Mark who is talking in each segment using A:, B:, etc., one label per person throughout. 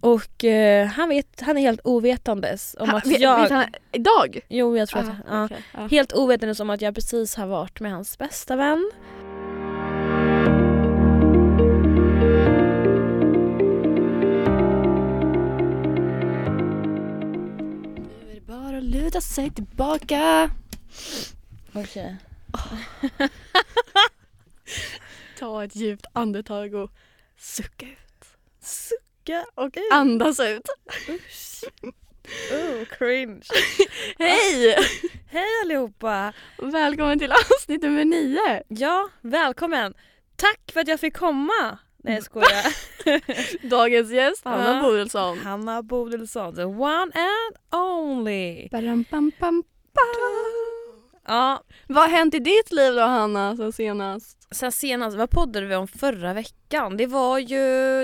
A: Och eh, han, vet, han är helt ovetandes om
B: Ha-
A: att
B: vet-
A: jag...
B: vet han- idag?
A: Jo, jag tror att...
B: Ah,
A: Ja.
B: okej. Ja.
A: Helt ovetandes om att jag precis har varit med hans bästa vän.
B: Nu är det bara att luta sig tillbaka.
A: Okej.
B: Ta ett djupt andetag och sucka ut.
A: Sucka, okej.
B: Andas ut.
A: Usch. Oh, cringe.
B: Hej!
A: Hej allihopa!
B: Välkommen till avsnitt nummer nio.
A: Ja, välkommen! Tack för att jag fick komma! Nej jag skojar.
B: Dagens gäst, Hanna
A: Ja.
B: Bodilsson.
A: Hanna Bodilsson, the one and only.
B: Badam, bam, bam, bam.
A: Ja,
B: Vad har hänt i ditt liv då Hanna sen senast?
A: sen senast, vad poddade vi om förra veckan? Det var ju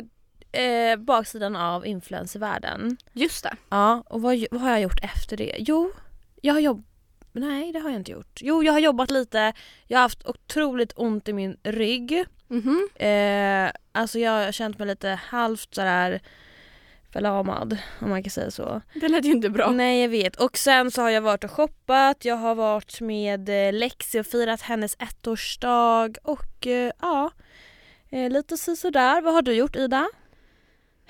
A: eh, baksidan av influencervärlden.
B: Just det.
A: Ja, och vad, vad har jag gjort efter det? Jo, jag har jobbat... Nej, det har jag inte gjort. Jo, jag har jobbat lite. Jag har haft otroligt ont i min rygg.
B: Mhm.
A: Eh, alltså jag har känt mig lite halvt sådär förlamad, om man kan säga så.
B: Det lät ju inte bra.
A: Nej jag vet. Och sen så har jag varit och shoppat, jag har varit med eh, Lexi och firat hennes ettårsdag och eh, ja, eh, lite si sådär. Vad har du gjort Ida?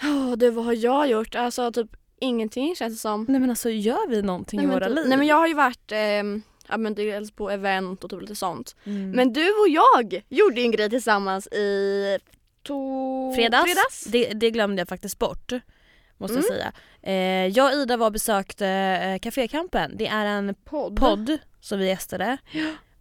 B: Ja du vad har jag gjort? Alltså typ ingenting känns det som.
A: Nej men alltså gör vi någonting
B: Nej,
A: i
B: men
A: våra
B: typ-
A: liv?
B: Nej men jag har ju varit ehm, ja, men dels på event och typ lite sånt.
A: mm.
B: Men du och jag gjorde ju en grej tillsammans i to...
A: fredags, Det, det glömde jag faktiskt bort. Måste jag säga. Eh, jag och Ida var och besökte eh, Café Kampen. Det är en
B: Podd.
A: podd som vi gästade.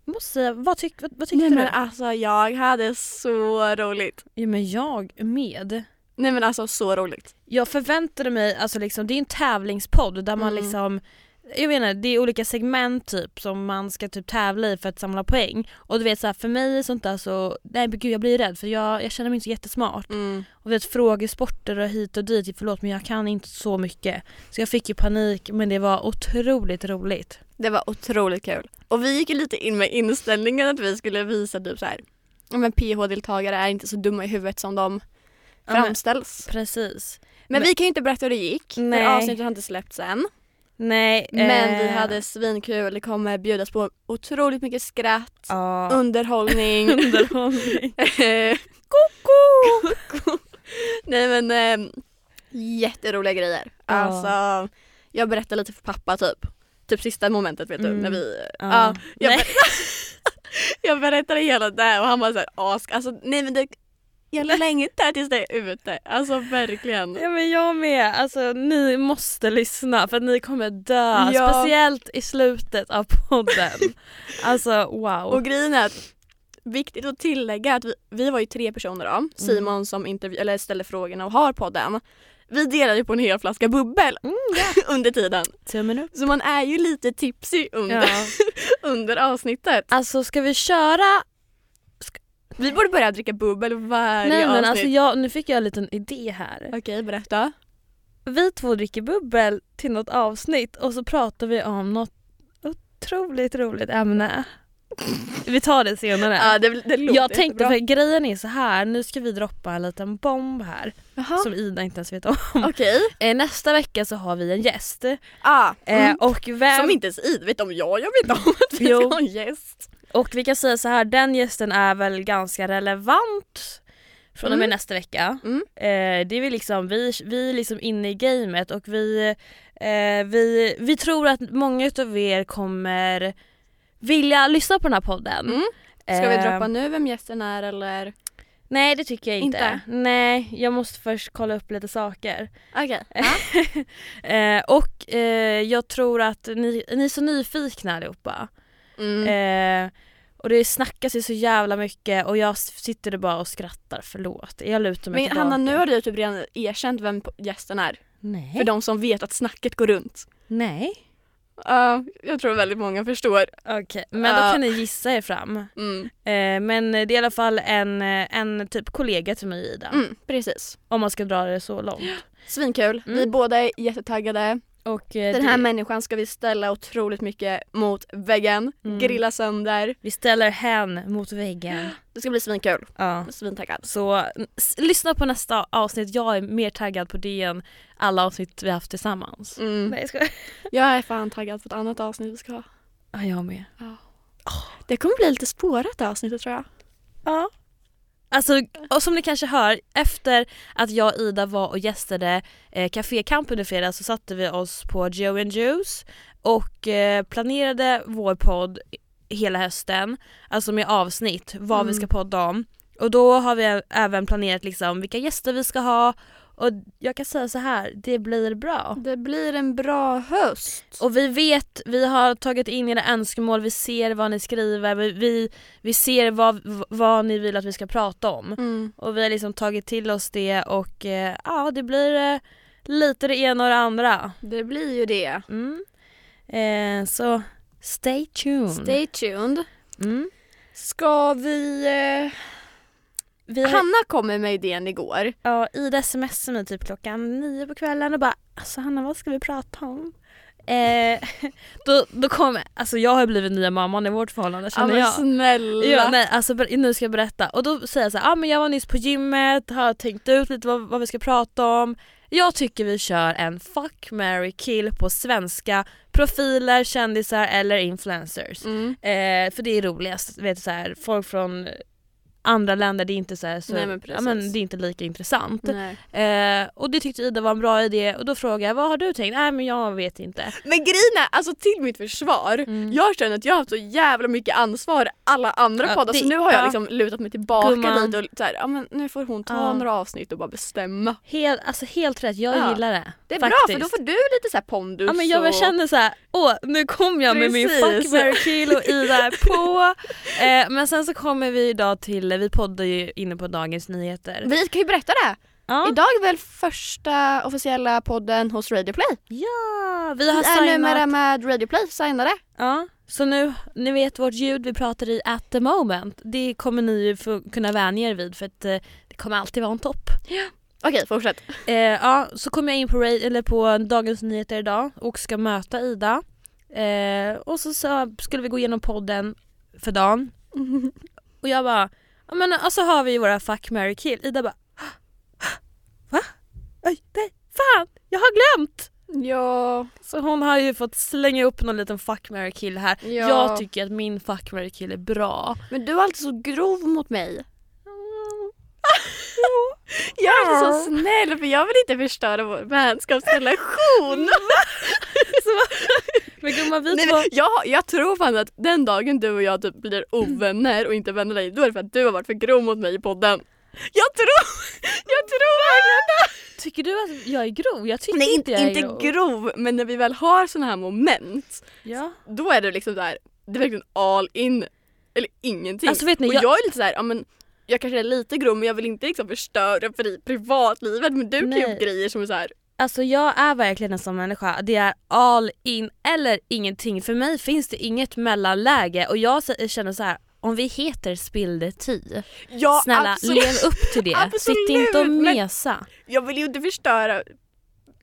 A: Måste säga, vad, tyck, vad, vad tyckte
B: Nej
A: du?
B: men alltså jag hade så roligt.
A: Ja, men jag med.
B: Nej men alltså så roligt.
A: Jag förväntade mig, alltså liksom, det är en tävlingspodd där man
B: Mm.
A: liksom jag menar, det är olika segment typ som man ska typ tävla i för att samla poäng. Och du vet så här, för mig är sånt där så, nej men gud jag blir rädd för jag, jag känner mig inte så jättesmart.
B: Mm.
A: Och vet frågesporter och hit och dit, förlåt men jag kan inte så mycket. Så jag fick ju panik men det var otroligt roligt.
B: Det var otroligt kul. Och vi gick ju lite in med inställningen att vi skulle visa typ så här. "Ja, Men PH-deltagare är inte så dumma i huvudet som de
A: Ja, men-
B: framställs.
A: Precis.
B: Men,
A: men-
B: vi kan ju inte berätta hur det gick.
A: Nej.
B: För avsnittet har inte släppts än.
A: Nej.
B: Men
A: eh,
B: vi hade svinkul. Det kommer bjudas på otroligt mycket skratt,
A: ja.
B: underhållning.
A: underhållning.
B: Koko! Nej men ehm, jätteroliga grejer.
A: Ja.
B: Alltså jag berättade lite för pappa typ. Typ sista momentet vet du
A: Mm.
B: när vi
A: Ja.
B: Ja, jag,
A: Nej.
B: ber- jag berättade hela det och han var såhär ask, alltså nej men det, jag längtar tills det är ute. Alltså verkligen.
A: Ja men jag med, alltså ni måste lyssna för att ni kommer dö,
B: Ja.
A: speciellt i slutet av podden. alltså wow.
B: Och grejen är att, viktigt att tillägga att vi, vi var ju tre personer
A: Mm.
B: då, Simon som intervju- eller ställde frågorna och har podden. Vi delade ju på en hel flaska bubbel
A: Mm,
B: under tiden.
A: Tummen upp.
B: Så man är ju lite tipsy under,
A: Ja.
B: under avsnittet.
A: Alltså ska vi köra?
B: Vi borde börja dricka bubbel varje
A: Nej men
B: avsnitt.
A: alltså jag, nu fick jag en liten idé här.
B: Okej, berätta.
A: Vi två dricker bubbel till något avsnitt och så pratar vi om något otroligt roligt ämne. Vi tar det senare.
B: Ja, det, det låter
A: jag tänkte,
B: jättebra.
A: för grejen är så här, nu ska vi droppa en liten bomb här
B: Jaha.
A: som Ida inte ens vet om.
B: Okej.
A: Eh, Nästa vecka så har vi en gäst.
B: Ah,
A: Eh,
B: mm.
A: och, vem,
B: Som inte ens Id vet om jag, jag vet om att vi
A: Jo.
B: ska ha en gäst.
A: och vi kan säga så här, den gästen är väl ganska relevant från och med
B: Mm.
A: nästa vecka.
B: Mm.
A: Eh, det är vi, liksom, vi, vi är liksom inne i gamet och vi, eh, vi, vi tror att många utav er kommer vilja lyssna på den här podden.
B: Mm. Ska vi
A: Eh,
B: droppa nu vem gästen är eller?
A: Nej det tycker jag inte.
B: Inte?
A: Nej, jag måste först kolla upp lite saker.
B: Okej.
A: Eh, och eh, jag tror att ni, ni är så nyfikna allihopa.
B: Mm.
A: Eh, och det snackas ju så jävla mycket och jag s- sitter där bara och skrattar, förlåt. Jag lutar mig
B: Men
A: tillbaka.
B: Hanna, nu har du typ redan erkänt vem po- gästen är.
A: Nej.
B: För de som vet att snacket går runt.
A: Nej.
B: Ja, jag tror väldigt många förstår.
A: Okej, men då
B: Ja.
A: kan ni gissa er fram.
B: Mm.
A: Eh, men det är i alla fall en, eh, en typ kollega till mig Ida.
B: Mm, precis.
A: Om man ska dra det så långt.
B: Svinkul.
A: Mm.
B: Vi båda är jättetaggade.
A: Och eh,
B: Den här
A: det-
B: människan ska vi ställa otroligt mycket mot väggen,
A: Mm.
B: grilla sönder.
A: vi ställer hen mot väggen.
B: Det ska bli svinkul.
A: Ja.
B: Svintaggad.
A: Så s- lyssna på nästa avsnitt, jag är mer taggad på det än alla avsnitt vi haft tillsammans.
B: Mm.
A: Nej jag skojar.
B: Jag är fan taggad på ett annat avsnitt vi ska ha.
A: Ja jag med.
B: Det kommer bli lite spårat det avsnittet tror jag.
A: Ja. Alltså, och som ni kanske hör, efter att jag och Ida var och gästade eh, Café Camp under fredag så satte vi oss på Joe and Juice och eh, planerade vår podd hela hösten, alltså med avsnitt, vad vi
B: Mm.
A: ska podda om. Och då har vi ä- även planerat liksom vilka gäster vi ska ha och jag kan säga så här, det blir bra.
B: Det blir en bra höst.
A: Och vi vet, vi har tagit in era önskemål, vi ser vad ni skriver, vi, vi, vi ser vad, vad ni vill att vi ska prata om.
B: Mm.
A: Och vi har liksom tagit till oss det och eh, ja det blir eh, lite det ena och det andra.
B: Det blir ju det.
A: Mm. Eh, så stay tuned.
B: Stay tuned.
A: mm.
B: Ska vi... Eh...
A: Vi har,
B: Hanna kom med idén igår.
A: ja, Ida smsade mig typ klockan nio på kvällen och bara alltså Hanna vad ska vi prata om? Eh, då, då kom, alltså jag har blivit nya mamman i vårt förhållande
B: Ja,
A: känner
B: men
A: jag.
B: snälla.
A: Ja, nej, alltså, ber- nu ska jag berätta. Och då säger jag så här, ah, men jag var nyss på gymmet, har tänkt ut lite vad, vad vi ska prata om. Jag tycker vi kör en fuck, marry, kill på svenska profiler, kändisar eller influencers.
B: Mm.
A: Eh, för det är roligast, vet du, så här, folk från andra länder, det är inte så, här, så
B: Nej, men
A: ja,
B: precis. Mm.
A: men det är inte lika intressant.
B: Nej.
A: Eh, och det tyckte Ida var en bra idé och då frågade jag vad har du tänkt? Nej men jag vet inte.
B: Men grejen är, alltså till mitt försvar,
A: Mm.
B: jag känner att jag har haft så jävla mycket ansvar i alla andra
A: Ja,
B: poddar
A: det-
B: så nu har jag
A: ja.
B: liksom lutat mig tillbaka
A: Gumman.
B: lite och så här, ja, men nu får hon ta
A: Ja.
B: några avsnitt och bara bestämma.
A: Helt, alltså, helt rätt, jag
B: Ja.
A: gillar det.
B: Det är
A: faktiskt.
B: bra för då får du lite så här pondus.
A: Ja men jag bara
B: och...
A: känner så här, åh nu kom jag med min
B: Precis.
A: fuck, marry, kill och Ida är på. Eh, men sen så kommer vi idag till, vi poddar ju inne på Dagens Nyheter.
B: Vi kan ju berätta det.
A: Ja,
B: Idag är väl första officiella podden hos Radio Play.
A: ja vi
B: Vi
A: har
B: är numera
A: signat.
B: med Radio Play signade.
A: Ja, så nu, ni vet vårt ljud vi pratar i at the moment. Det kommer ni ju få, kunna vänja er vid för att eh, det kommer alltid vara en topp.
B: Okej, fortsätt.
A: Eh, ja, så kom jag in på, Ray, eller på Dagens Nyheter idag och ska möta Ida. Eh, och så, så skulle vi gå igenom podden för dagen. Och jag bara, ja men och så har vi ju våra fuck, marry, kill. Ida bara, va? Oj, nej, fan, jag har glömt!
B: Ja,
A: Så hon har ju fått slänga upp någon liten fuck, marry, kill här.
B: ja.
A: Jag tycker att min fuck, marry, kill är bra.
B: men du är alltid så grov mot mig. Jag
A: Jag
B: är
A: är
B: inte
A: så
B: så snäll för jag vill inte förstöra vår vänskapsrelation.
A: Men gumman vi
B: Nej,
A: två,
B: men jag, jag tror fan att den dagen du och jag typ blir ovänner och inte vänner längre, då är det för att du har varit för grov mot mig i podden. Jag tror, jag tror verkligen det!
A: tycker du att jag är grov? Jag tycker
B: Nej
A: inte
B: inte,
A: jag är
B: inte grov, men när vi väl har såna här moment,
A: Ja.
B: då är det liksom där, det är verkligen all in eller ingenting.
A: Alltså, vet ni,
B: och
A: jag-
B: jag... är lite så här, ja men jag kanske är lite grov men jag vill inte liksom förstöra pri- privatlivet men du kan ju
A: Nej.
B: upp grejer som är så här
A: Alltså jag är verkligen en sån människa. Det är all in eller ingenting. För mig finns det inget mellanläge och jag s- känner så här. om vi heter spill the tea.
B: ja,
A: Snälla
B: absolut.
A: lev upp till det.
B: Absolut,
A: Sitt inte och
B: men-
A: mesa.
B: Jag vill ju inte förstöra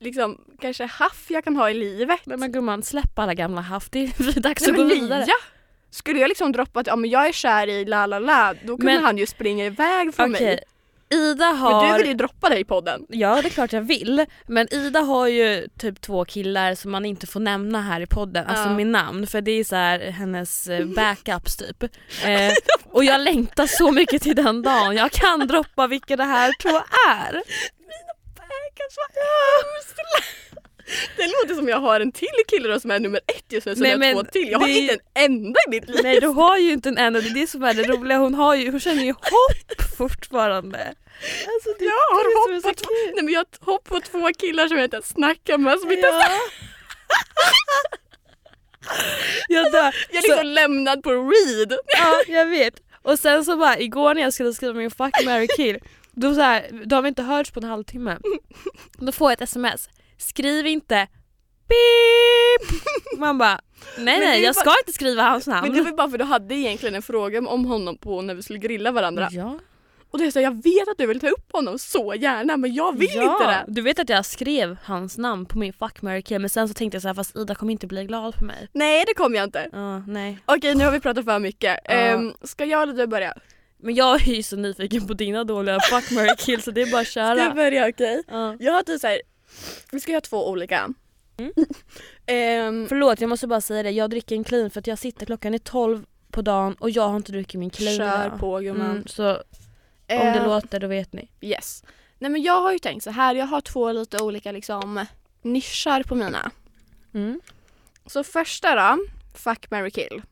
B: liksom kanske haff jag kan ha i livet.
A: Men, men gumman släpp alla gamla haft. Det är dags
B: Nej,
A: att gå
B: men
A: vidare.
B: nya! Skulle jag liksom droppa att ja, men jag är kär i la la la, då kunde
A: Men-
B: han ju springa iväg från
A: Okej.
B: mig.
A: Ida
B: Men
A: har...
B: du vill ju droppa dig i podden.
A: Ja det är klart jag vill. Men Ida har ju typ två killar som man inte får nämna här i podden, alltså
B: Ja.
A: med namn. För det är så här hennes eh, backups typ. Eh, och jag längtar så mycket till den dagen. Jag kan droppa vilka det här två är.
B: Det låter som jag har en till kille då som är nummer ett just nu, så
A: Nej,
B: jag har
A: men
B: två till. Jag har
A: det är-
B: inte en enda i mitt liv.
A: Nej du har ju inte en enda, det är det som är det roliga. Hon, har ju, hon känner ju hopp fortfarande. Alltså det
B: jag
A: är
B: har
A: det
B: hopp
A: som är
B: på,
A: så
B: två- nej, men jag har hopp på två killar som jag inte ens snackar med. Som inte,
A: Ja. Jag dör.
B: jag
A: Så-
B: är liksom lämnad på read.
A: Ja, jag vet. Och sen så bara igår när jag skulle skriva min fuck, marry, kill, då, så här, då har vi inte hörts på en halvtimme. Då får jag ett sms. Skriv inte beep. Man bara, nej
B: Men det är
A: nej
B: ju
A: jag
B: bara-
A: ska inte skriva hans namn.
B: Men det var ju bara för du hade egentligen en fråga om honom på när vi skulle grilla varandra.
A: Ja,
B: Och det är så här, jag vet att du vill ta upp honom så gärna men jag vill
A: ja.
B: inte det.
A: Du vet att jag skrev hans namn på min fuck, marry, kill men sen så tänkte jag så här, fast Ida kommer inte bli glad för mig.
B: Nej det kommer jag inte.
A: Ja, nej.
B: Okej nu har vi pratat för mycket.
A: Ja.
B: Ehm, ska jag eller du börja?
A: Men jag är ju så nyfiken på dina dåliga fuck, marry, kill så det är bara att
B: Ska jag
A: köra.
B: börja okej?
A: Ja.
B: Jag har typ såhär, vi ska göra två olika.
A: Mm.
B: Ehm,
A: Förlåt jag måste bara säga det, jag dricker en clean för att jag sitter klockan är 12 på dagen och jag har inte druckit min clean
B: kör
A: idag.
B: på gumman.
A: Mm, så om det
B: Ehm,
A: låter då vet ni.
B: Yes. Nej men jag har ju tänkt så här, jag har två lite olika liksom nischar på mina.
A: Mm.
B: Så första då, fuck, marry, kill.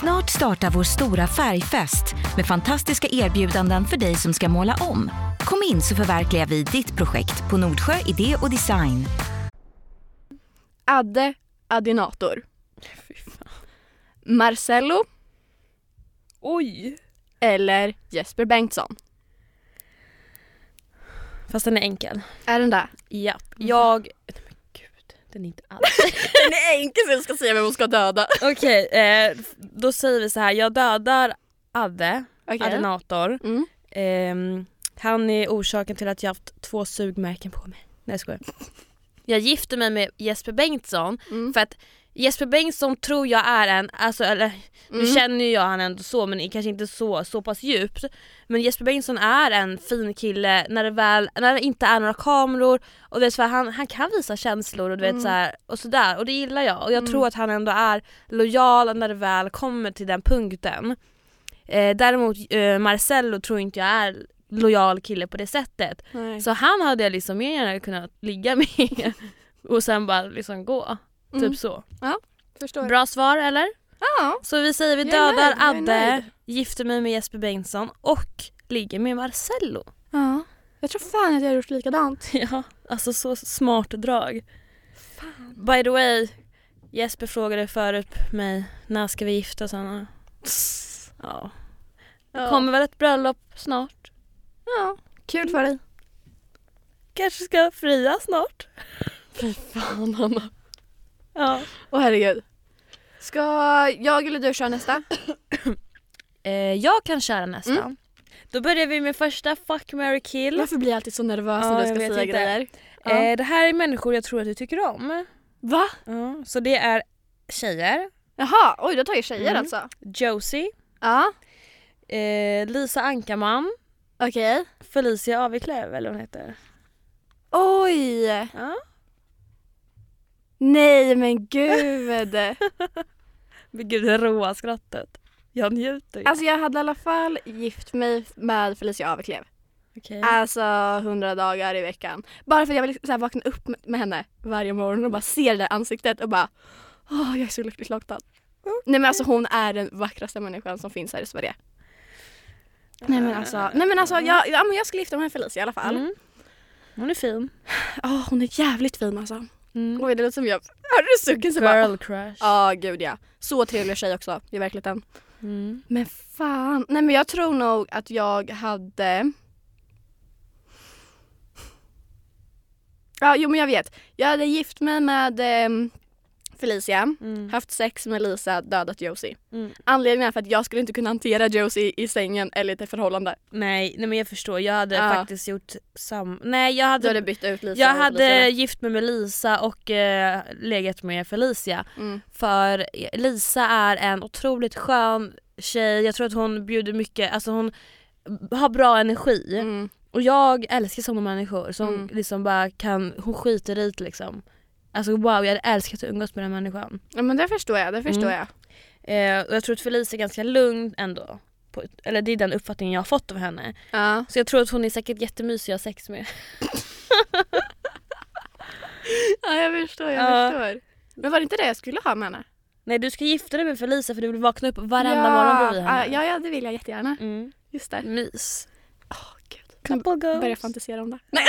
C: Snart startar vår stora färgfest med fantastiska erbjudanden för dig som ska måla om. Kom in så förverkligar vi ditt projekt på Nordsjö Idé och Design.
B: Adde Adinator. Marcello
A: Oj!
B: eller Jesper Bengtsson.
A: Fast den är enkel.
B: Är den där?
A: Ja. Jag... Nej, men gud, den är inte alls...
B: Den är enkel så jag ska se vem hon ska döda.
A: Okej, eh, då säger vi så här. jag dödar Adde,
B: Okej.
A: Adenator.
B: Mm.
A: Ehm, han är orsaken till att jag haft två sugmärken på mig. Nej jag skojar. Jag gifte mig med Jesper Bengtsson
B: Mm.
A: för att Jesper Bengtsson tror jag är en, alltså eller nu känner ju jag han ändå så men kanske inte så, så pass djupt. Men Jesper Bengtsson är en fin kille när det väl, när det inte är några kameror och du vet, så här, han, han kan visa känslor och du vet så här, och sådär och det gillar jag och jag tror att han ändå är lojal när det väl kommer till den punkten. Eh, däremot eh, Marcello tror inte jag är lojal kille på det sättet.
B: Nej.
A: Så han hade jag liksom mer gärna kunnat ligga med och sen bara liksom gå.
B: Mm.
A: Typ så.
B: Förstår.
A: Bra svar eller?
B: Ja.
A: Så vi säger vi
B: Jag är
A: dödar
B: nöjd, jag är
A: Adde,
B: nöjd.
A: gifter mig med Jesper Bengtsson och ligger med Marcello.
B: ja. Jag tror fan att jag har gjort likadant.
A: Ja, alltså så smart drag. By the way, Jesper frågade förut mig när ska vi gifta oss Anna? Ja.
B: Ja.
A: Kommer väl ett bröllop snart?
B: Ja. Kul för dig.
A: Kanske ska fria snart?
B: Fan Anna.
A: Ja.
B: Åh herregud. Ska jag eller du köra nästa?
A: Eh, jag kan köra nästa. Mm. Då börjar vi med första Fuck, marry, kill.
B: Varför blir jag alltid så nervös
A: Ja,
B: när du
A: jag
B: ska
A: vet
B: säga
A: inte.
B: grejer?
A: Eh, det här är människor jag tror att du tycker om.
B: Va?
A: Ja. Så det är tjejer,
B: Jaha, oj du har tagit tjejer
A: Mm.
B: alltså.
A: Josie,
B: Ja,
A: eh, Lisa Ankarman,
B: okej.
A: Felicia Aviklöv eller vad hon heter.
B: Oj!
A: Ja.
B: Nej men gud.
A: Men gud det råa skrattet. Jag njuter ju.
B: alltså jag hade i alla fall gift mig med Felicia Aveklev.
A: Okej.
B: Alltså 100 dagar i veckan. Bara för att jag ville så här vakna upp med- med henne varje morgon och bara se det där ansiktet och bara Åh, jag är så lyckligt lottad. Nej men alltså hon är den vackraste människan som finns här i Sverige. Nej men alltså, nej, alltså. men alltså jag, ja, men jag skulle gifta mig med Felicia i alla fall.
A: Mm. Hon är fin.
B: Ja, hon är jävligt fin alltså.
A: Mm.
B: Oj, det låter som jag... Hörde du sucken? Så bara,
A: Girl crush.
B: Ja, gud ja. Så trevlig tjej också i verkligheten.
A: Mm.
B: Men fan. Nej men jag tror nog att jag hade... Ja, jo men jag vet. Jag hade gift mig med ehm, Felicia,
A: Mm.
B: haft sex med Lisa, dödat Josie.
A: Mm.
B: Anledningen är för att jag skulle inte kunna hantera Josie i sängen eller i ett förhållande.
A: Nej, nej men jag förstår, jag hade
B: Ja.
A: faktiskt gjort samma. Nej jag
B: Du
A: hade,
B: hade bytt ut Lisa
A: jag
B: mot
A: hade
B: Felicia.
A: gift mig med Lisa och eh, legat med Felicia.
B: Mm.
A: För Lisa är en otroligt skön tjej, jag tror att hon bjuder mycket, alltså hon har bra energi.
B: Mm.
A: Och jag älskar sådana människor som
B: Mm.
A: liksom bara kan, hon skiter i det liksom. Alltså wow, jag hade älskat att umgås med den människan.
B: Ja men det förstår jag, det förstår
A: Mm.
B: jag.
A: Eh, och jag tror att Felicia är ganska lugn ändå. På, eller det är den uppfattningen jag har fått av henne.
B: Ja.
A: Så jag tror att hon är säkert jättemysig att ha sex med.
B: ja jag förstår, jag
A: Ja.
B: förstår. Men var det inte det jag skulle ha med henne?
A: Nej du ska gifta dig med Felicia för du vill vakna upp varenda
B: ja.
A: morgon bredvid
B: Ja,
A: henne.
B: ja, ja, det vill jag jättegärna.
A: Mm.
B: Just det.
A: Mys.
B: Oh, gud.
A: Couple goals.
B: Börja fantisera om det. Nej.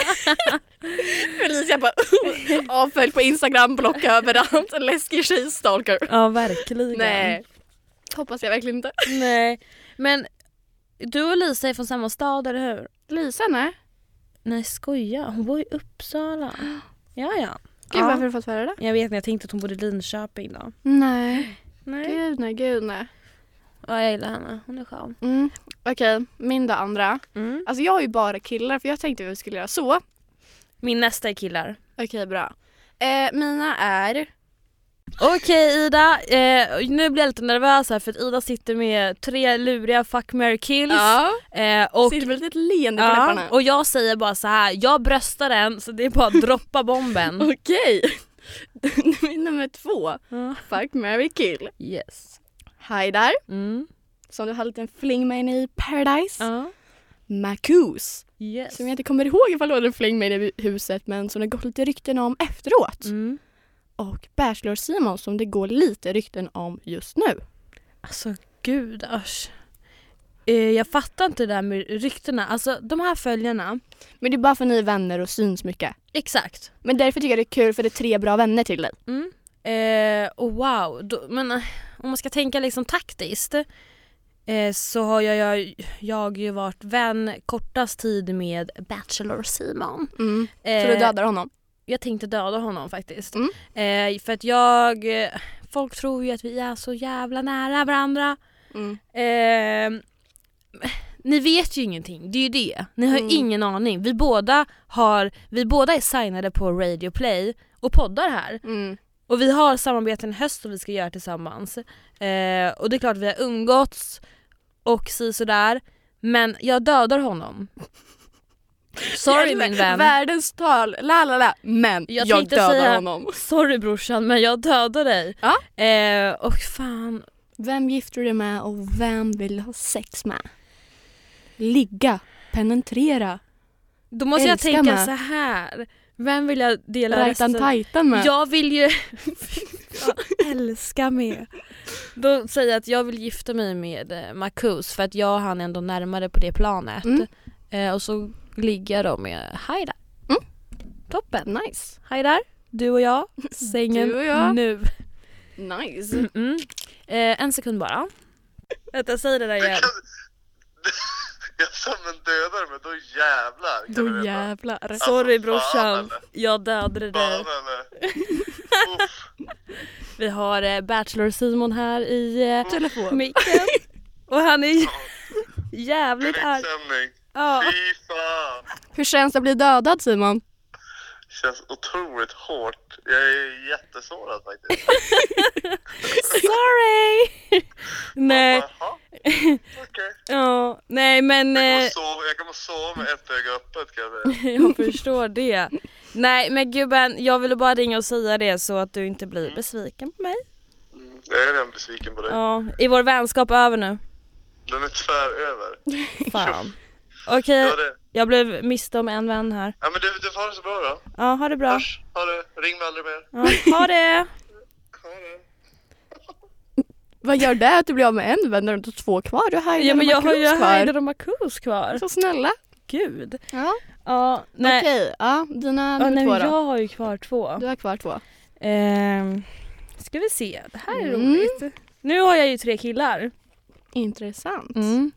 B: Felicia bara "Oh." avfölj på Instagram, blocka överallt, läskig tjej, stalker.
A: Ja verkligen.
B: Nej. Hoppas jag verkligen inte.
A: Nej. Men du och Lisa är från samma stad eller hur?
B: Lisa nej.
A: Nej skoja, hon bor i Uppsala. Ja ja.
B: Gud
A: ja.
B: varför har du fått höra det?
A: Jag vet när jag tänkte att hon bodde i Linköping då.
B: Nej.
A: Nej.
B: Gud nej, gud nej.
A: Ja, jag gillar henne, hon är skön.
B: Mm. Okej, min då andra.
A: Mm.
B: Alltså jag har ju bara killar för jag tänkte att vi skulle göra så.
A: Min nästa är killar.
B: Okej bra. Eh, mina är
A: Okej Ida, eh, nu blir jag lite nervös här för att Ida sitter med tre luriga fuck, marry, kills. Eh, och,
B: Och, Sitter med ett litet leende på
A: ja,
B: läpparna.
A: och jag säger bara så här. jag bröstar den så det är bara att droppa bomben.
B: Okej. Nummer två.
A: Ja.
B: Fuck, marry, kill.
A: Yes.
B: Hi där.
A: Mm.
B: Som du har en liten fling med henne i Paradise.
A: Ja.
B: Marcus.
A: Yes.
B: Som jag inte kommer ihåg ifall du hade en fling med henne i huset men som det gått lite rykten om efteråt.
A: Mm.
B: Och Bachelor Simon som det går lite rykten om just nu.
A: Alltså gud usch. Eh, jag fattar inte det där med ryktena, alltså de här följarna.
B: Men det är bara för att ni är vänner och syns mycket.
A: Exakt.
B: Men därför tycker jag det är kul för det är tre bra vänner till dig.
A: Mm. Eh, och wow, då, men eh, om man ska tänka liksom taktiskt eh, så har jag, jag, jag ju varit vän kortast tid med Bachelor Simon.
B: Så du
A: Eh,
B: dödar honom.
A: Jag tänkte döda honom faktiskt.
B: Mm.
A: Eh, för att jag, eh, folk tror ju att vi är så jävla nära varandra.
B: Mm.
A: Eh, ni vet ju ingenting, det är ju det. Ni har ju
B: Mm.
A: ingen aning. Vi båda, har, vi båda är signade på Radio Play och poddar här.
B: Mm.
A: Och vi har samarbeten i höst som vi ska göra tillsammans. Eh, och det är klart vi har umgåtts och si sådär. Men jag dödar honom. Sorry min vän.
B: Världens tal, la la la. Men
A: Jag
B: jag,
A: tänkte
B: dödar
A: säga-
B: honom.
A: Sorry brorsan men jag dödar dig.
B: Ja.
A: Eh, och fan,
B: Vem gifter du dig med och vem vill du ha sex med? Ligga, penetrera,
A: då måste
B: Älska
A: jag tänka
B: mig.
A: så här. Vem vill jag dela
B: rajtan
A: resten?
B: tajtan med.
A: Jag vill ju... jag älskar med. Då säger jag att jag vill gifta mig med eh, Marcus för att jag och han är ändå närmare på det planet.
B: Mm.
A: Eh, och så ligger jag då med Haida.
B: Mm.
A: Toppen.
B: Nice.
A: Haidar, du och jag, sängen
B: Du och jag.
A: nu.
B: Nice.
A: Mm. Eh, en sekund bara. Vänta, jag säger det där igen.
D: Jag som en dödare, men då jävlar. Kan
B: Då
D: du veta.
B: jävlar.
A: Sorry
D: Alltså, fan,
A: brorsan,
D: eller?
A: jag dödade dig.
D: Fan eller? Uff,
A: Vi har eh, Bachelor Simon här i eh,
B: Telefon.
A: micken. Och han är j- jävligt arg.
D: direktsändning.
A: Ja.
D: Fy fan.
B: Hur känns det att bli dödad Simon?
D: Känns otroligt hårt. Jag är jättesårad faktiskt.
A: Sorry! nej,
D: Jaha. Okej.
A: ja, nej men eh,
D: Jag kommer sova- Jag kommer sova med ett öga öppet kan jag säga.
A: jag förstår det. Nej men gubben, jag ville bara ringa och säga det så att du inte blir besviken på mig.
D: Mm, Jag är redan besviken på dig.
A: Ja, är vår vänskap över nu?
D: Den är tvär över.
A: Fan. Okej,
D: Ja, det.
A: jag blev miste om en vän här.
D: Ja, men du, du får det så bra då.
A: Ja, ha det bra.
D: Hörs. Ha det. Ring mig aldrig mer.
A: Ja, ha det!
D: Ha det.
B: Vad gör det att du blir av med en vän när du inte har två kvar? Du har
A: Ja men jag har ju
B: kvar.
A: Haider och Marcus kvar.
B: Så snälla.
A: Gud.
B: Ja.
A: Ja, nej.
B: Okej, ja, dina
A: Ja,
B: nummer
A: nej
B: två
A: men
B: då.
A: jag har ju kvar två.
B: Du har kvar två.
A: Ehm, ska vi se, det här är
B: Mm.
A: roligt. Nu har jag ju tre killar.
B: Intressant.
A: Mm.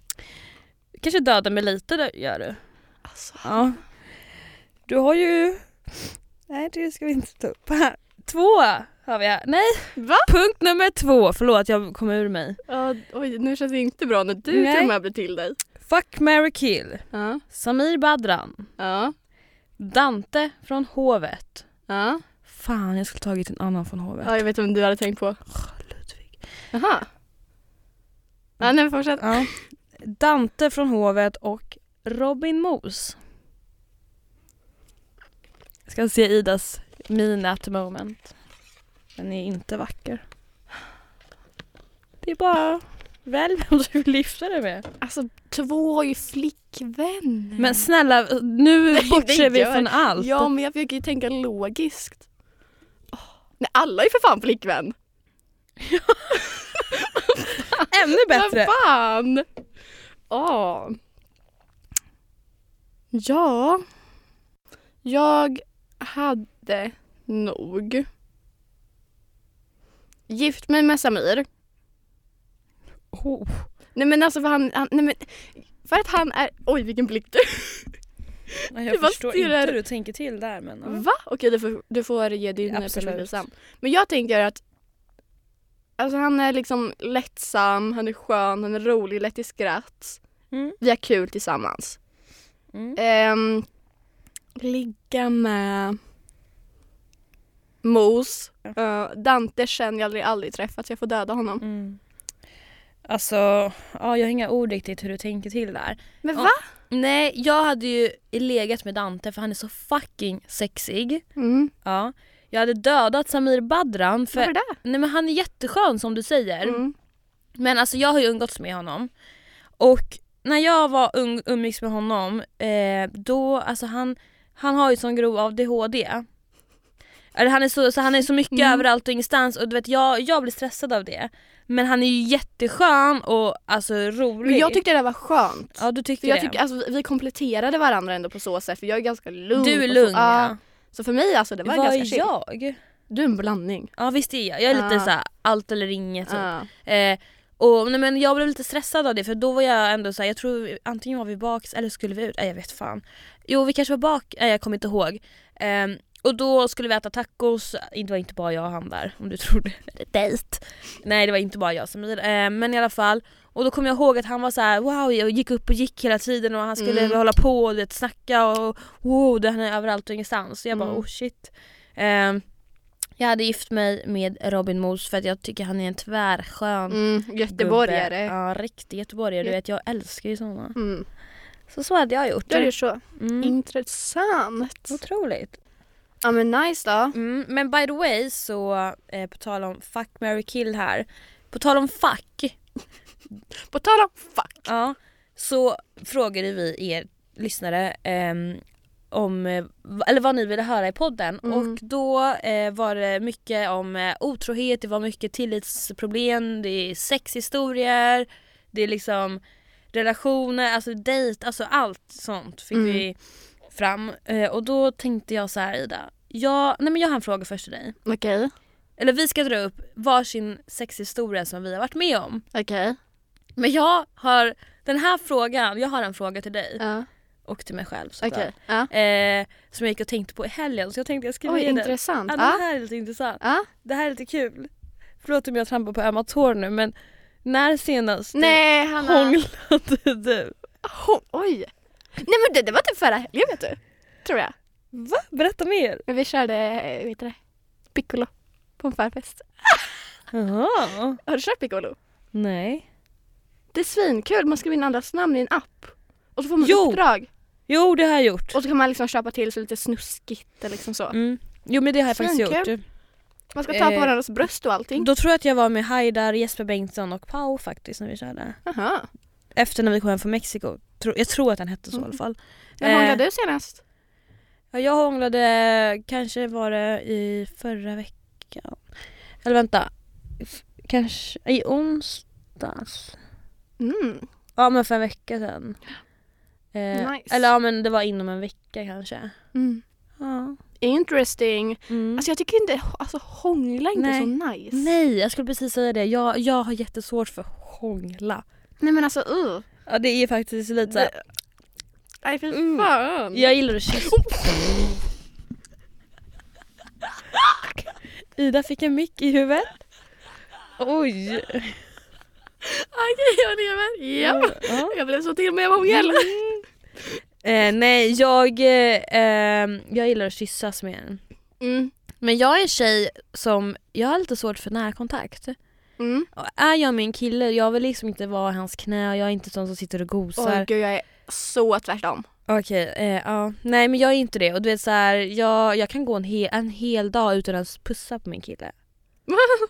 A: Kanske döda mig lite där, gör du.
B: Alltså,
A: Ja. Du har ju... Nej det ska vi inte ta upp här. Två har vi här. Nej!
B: Va?
A: Punkt nummer två, förlåt jag kom ur mig.
B: ja, oj, nu känns det inte bra när du
A: Nej.
B: trummar blir till dig.
A: Fuck, marry, kill.
B: Ja,
A: Samir Badran.
B: ja,
A: Dante från hovet.
B: ja.
A: Fan jag skulle tagit en annan från hovet.
B: ja jag vet vem du hade tänkt på.
A: Ludvig.
B: Jaha. Ja, nej, men fortsätt.
A: Ja. Dante från hovet och Robin Mos. Jag ska se Idas min at the moment. Den är inte vacker. Det är bara välj vem du vill lyfta dig med.
B: Alltså, två är ju flickvänner.
A: Men snälla, nu bortser vi
B: gör-
A: från allt.
B: Ja, men jag försöker ju tänka logiskt. Åh, Nej, alla är ju för fan flickvän.
A: Ännu bättre.
B: Vad fan! Åh. Ja. Jag hade nog gift mig med Samir.
A: Oh.
B: Nej men alltså för han, han nej men, för att han är, oj vilken blick du.
A: Nej,
B: Det
A: Jag
B: var
A: förstår
B: stirrar-
A: inte hur du tänker till där men. ja.
B: Va? Okej du får, du får ge din
A: Mm. Absolut.
B: perspektiv sen. Men jag tänker att Alltså han är liksom lättsam, han är skön, han är rolig, lätt i skratt.
A: Mm.
B: Vi har kul tillsammans.
A: Mm.
B: Ehm, ligga med Mos. Eh, Dante känner jag aldrig, aldrig träffat så jag får döda honom.
A: Mm. Alltså, ja, jag har inga ord riktigt hur du tänker till där.
B: Men
A: Ja.
B: va?
A: Nej, jag hade ju legat med Dante för han är så fucking sexig.
B: Mm.
A: Ja. Jag hade dödat Samir Badran för...
B: Varför det?
A: Nej men han är jätteskön som du säger.
B: Mm.
A: Men alltså jag har ju umgåtts med honom. Och när jag var ung, umgicks med honom, eh, då, alltså han, han har ju sån grov ADHD. Eller han är så, så, han är så mycket
B: Mm.
A: överallt och ingenstans och du vet jag, jag blir stressad av det. Men han är ju jätteskön och alltså rolig.
B: Men jag tyckte det var skönt.
A: ja du tyckte
B: För jag
A: det.
B: tycker, alltså, vi- vi kompletterade varandra ändå på så sätt för jag är ganska lugn.
A: du är
B: och
A: lugn
B: så, ah.
A: ja.
B: ja. Så för mig alltså det var
A: Vad
B: ganska
A: är
B: chill.
A: jag? Ah.
B: Du är en blandning.
A: Ja visst är jag, jag är lite
B: Ja.
A: såhär allt eller inget typ.
B: Ja.
A: Eh, och, nej, men jag blev lite stressad av det för då var jag ändå såhär, jag tror antingen var vi bak eller skulle vi ut, nej jag vet fan. Jo vi kanske var bak, nej jag kommer inte ihåg. Eh, och då skulle vi äta tacos, det var inte bara jag och han där om du tror det. Dejt. Nej det var inte bara jag som eh, men i alla fall. Och då kommer jag ihåg att han var så här: wow jag gick upp och gick hela tiden och han skulle
B: Mm.
A: hålla på och du vet, snacka och wow det, han är överallt och ingenstans. Så jag bara
B: Mm.
A: oh shit. Eh, jag hade gift mig med Robin Moos för att jag tycker han är en tvärskön
B: Mm,
A: gubbe.
B: göteborgare.
A: Ja, riktig göteborgare. Du vet jag älskar ju sådana.
B: Mm.
A: Så så hade jag gjort.
B: Då är det så.
A: Mm.
B: Intressant.
A: Otroligt.
B: Ja men nice då.
A: Mm, men by the way så, eh, på tal om fuck, marry, kill här. På tal om fuck.
B: På tal om fuck.
A: Ja, så frågade vi er lyssnare ehm, om, eh, v- eller vad ni ville höra i podden
B: Mm.
A: och då eh, var det mycket om eh, otrohet, det var mycket tillitsproblem, det är sexhistorier, det är liksom relationer, alltså dejt, alltså allt sånt fick
B: Mm.
A: vi fram. Eh, och då tänkte jag så här Ida, jag, nej men jag har en fråga först till dig.
B: Okej.
A: Eller vi ska dra upp varsin sexhistoria som vi har varit med om.
B: Okej.
A: Men jag har den här frågan, jag har en fråga till dig
B: Ja.
A: och till mig själv såklart.
B: Okej. Ja.
A: Eh, som jag gick och tänkte på i helgen så jag tänkte jag skriver
B: Oj
A: in den.
B: intressant.
A: Ja, det
B: Ja.
A: här är lite intressant.
B: Ja.
A: Det här är lite kul. Förlåt om jag trampar på ömma tår nu men när senast du
B: Nej Hanna.
A: hånglade du?
B: Hon- Oj. Nej men det, det var typ förra helgen vet du. Tror jag.
A: Va? Berätta mer!
B: Men vi körde, eh, vet du det? Piccolo. På en förfest.
A: Jaha.
B: Har du kört piccolo?
A: Nej.
B: Det är svinkul, man skriver in andras namn i en app. Och så får man
A: Jo.
B: uppdrag.
A: Jo det har jag gjort.
B: Och så kan man liksom köpa till sig lite snuskigt eller liksom så.
A: Mm. Jo men det har jag faktiskt
B: Svinkul.
A: gjort.
B: Man ska ta på
A: Eh.
B: varandras bröst och allting.
A: Då tror jag att jag var med Haidar, Jesper Bengtsson och Pau faktiskt när vi körde.
B: Aha.
A: Efter när vi kom hem från Mexiko. Tro- Jag tror att den hette så i alla
B: Mm.
A: fall.
B: När hånglade
A: Eh.
B: du senast?
A: Ja, jag hånglade, kanske var det i förra veckan. Eller vänta. F- Kanske i onsdags.
B: Mm.
A: Ja men för en vecka sedan. Eh,
B: Nice.
A: Eller ja men det var inom en vecka kanske.
B: Mm.
A: Ja.
B: Interesting.
A: Mm.
B: Alltså jag tycker inte, alltså hångla inte
A: Nej.
B: så nice.
A: Nej jag skulle precis säga det. Jag, jag har jättesvårt för hångla.
B: Nej men alltså uh.
A: Ja det är faktiskt lite såhär.
B: Det- Nej fy
A: Mm.
B: fan.
A: Jag gillar att kyssa. Ida fick en mick i huvudet. Oj.
B: Okej jag lever. Ja.
A: Ja.
B: Jag blev så till med av hångel.
A: Eh, nej, jag, eh, ehm, jag gillar att kyssas mer.
B: Mm.
A: Men jag är en tjej som, jag har lite svårt för närkontakt.
B: Mm.
A: Och är jag med en kille, jag vill liksom inte vara i hans knä och jag är inte sån som sitter och
B: Åh
A: gosar.
B: gud jag är så tvärtom.
A: Okej, eh, ja. Nej men jag är inte det. Och du vet så här, jag, jag kan gå en, he- en hel dag utan att ens pussa på min kille.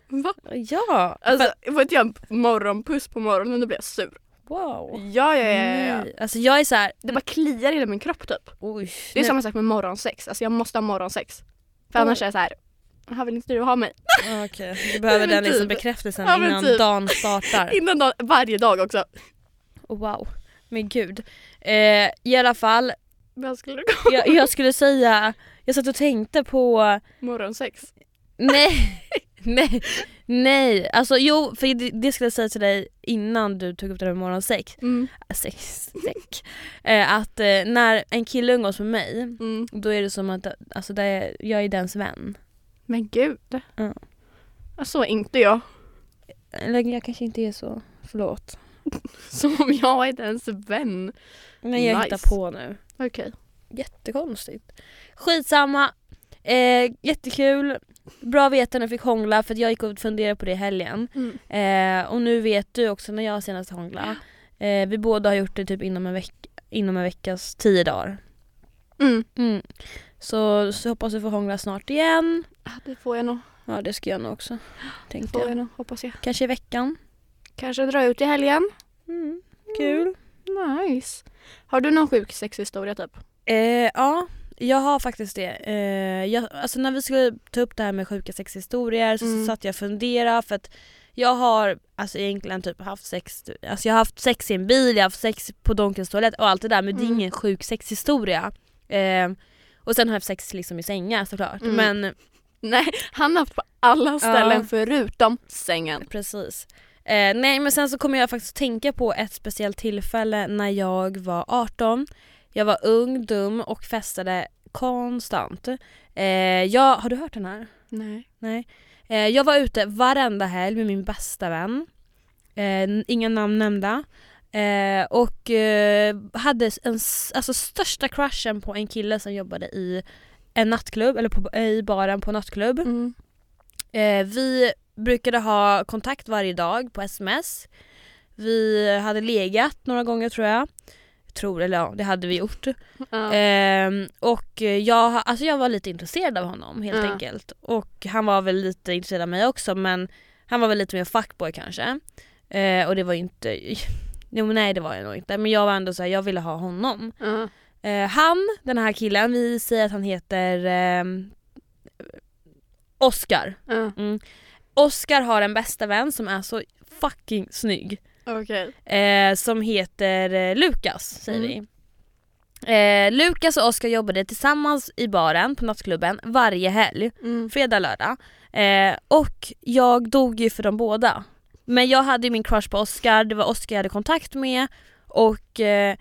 B: Va?
A: Ja!
B: Alltså får inte jag en morgonpuss på morgonen då blir jag sur.
A: Wow.
B: Ja ja ja. ja, ja.
A: Nej. Alltså jag är så här,
B: Det bara kliar i hela min kropp typ.
A: oj.
B: Det är
A: nej.
B: samma sak med morgonsex, alltså jag måste ha morgonsex. För
A: Oj.
B: annars är jag såhär, här vill inte du ha mig?
A: Ja, Okej, du behöver
B: Nej,
A: den
B: men
A: liksom
B: typ.
A: bekräftelsen
B: Ja, men
A: innan
B: typ.
A: dagen startar.
B: Innan dag, varje dag också.
A: Wow, men gud. Eh, I alla fall,
B: Men skulle du
A: jag, jag skulle säga, jag satt och tänkte på,
B: Morgonsex.
A: nej, nej, nej. Alltså jo, för det, det skulle jag säga till dig innan du tog upp det här med morgonsex, äh,
B: Mm.
A: sex, sex. Eh, att eh, när en kille umgås med mig,
B: Mm.
A: då är det som att alltså, det är, jag är dens vän.
B: Men gud.
A: Ja.
B: Ja, Så är inte jag.
A: Eller jag kanske inte är så, förlåt.
B: Som om jag inte ens vän.
A: Men jag
B: Nice.
A: hittar på nu.
B: Okej.
A: Jättekonstigt. Skitsamma. Eh, jättekul. Bra veta när jag fick hångla för att jag gick och funderade på det i helgen.
B: Mm.
A: Eh, och nu vet du också när jag senast hånglade. Eh, vi båda har gjort det typ inom en, veck- inom en veckas tio dagar.
B: Mm.
A: Mm. Så, så hoppas vi får hångla snart igen.
B: Ja, Det får jag nog,
A: Ja det ska jag nog också. Tänkte
B: får jag
A: jag.
B: nog hoppas jag.
A: Kanske i veckan.
B: Kanske dra ut i helgen.
A: Mm. Kul.
B: Nice. Har du någon sjuk sexhistoria typ?
A: Eh, ja, jag har faktiskt det. Eh, jag, alltså när vi skulle ta upp det här med sjuka sexhistorier så,
B: Mm.
A: satt jag och funderade för att jag har alltså egentligen typ haft sex, alltså jag har haft sex i en bil, jag har haft sex på Donkens toalett och allt det där men det är
B: Mm.
A: ingen sjuk sexhistoria. Eh, och sen har jag haft sex liksom i sängar såklart
B: Mm.
A: men
B: Nej, han har haft på alla ställen
A: Ja.
B: förutom sängen.
A: precis. Eh, nej men sen så kommer jag faktiskt tänka på ett speciellt tillfälle när jag var 18. Jag var ung, dum och festade konstant. Eh, jag, har du hört den här?
B: Nej.
A: Nej. Eh, jag var ute varenda helg med min bästa vän. Eh, n- inga namn nämnda. Eh, och eh, hade en, s- alltså största crushen på en kille som jobbade i en nattklubb, eller på, i baren på en nattklubb.
B: Mm.
A: Eh, vi brukade ha kontakt varje dag på sms. Vi hade legat några gånger tror jag. Tror, eller ja, det hade vi gjort.
B: Ja.
A: Ehm, och jag, har- alltså jag var lite intresserad av honom helt
B: Ja.
A: enkelt. Och han var väl lite intresserad av mig också men han var väl lite mer fuckboy kanske. Eh, och det var ju inte, jo men nej det var jag nog inte men jag var ändå såhär, jag ville ha honom.
B: Ja.
A: Eh, han, den här killen, vi säger att han heter ehm, Oscar.
B: Ja.
A: Oscar har en bästa vän som är så fucking snygg
B: Okej.
A: eh, som heter eh, Lukas säger
B: Mm.
A: vi. Eh, Lukas och Oskar jobbade tillsammans i baren på nattklubben varje helg,
B: Mm.
A: fredag, lördag. Eh, och jag dog ju för dem båda. Men jag hade ju min crush på Oskar, det var Oskar jag hade kontakt med och eh,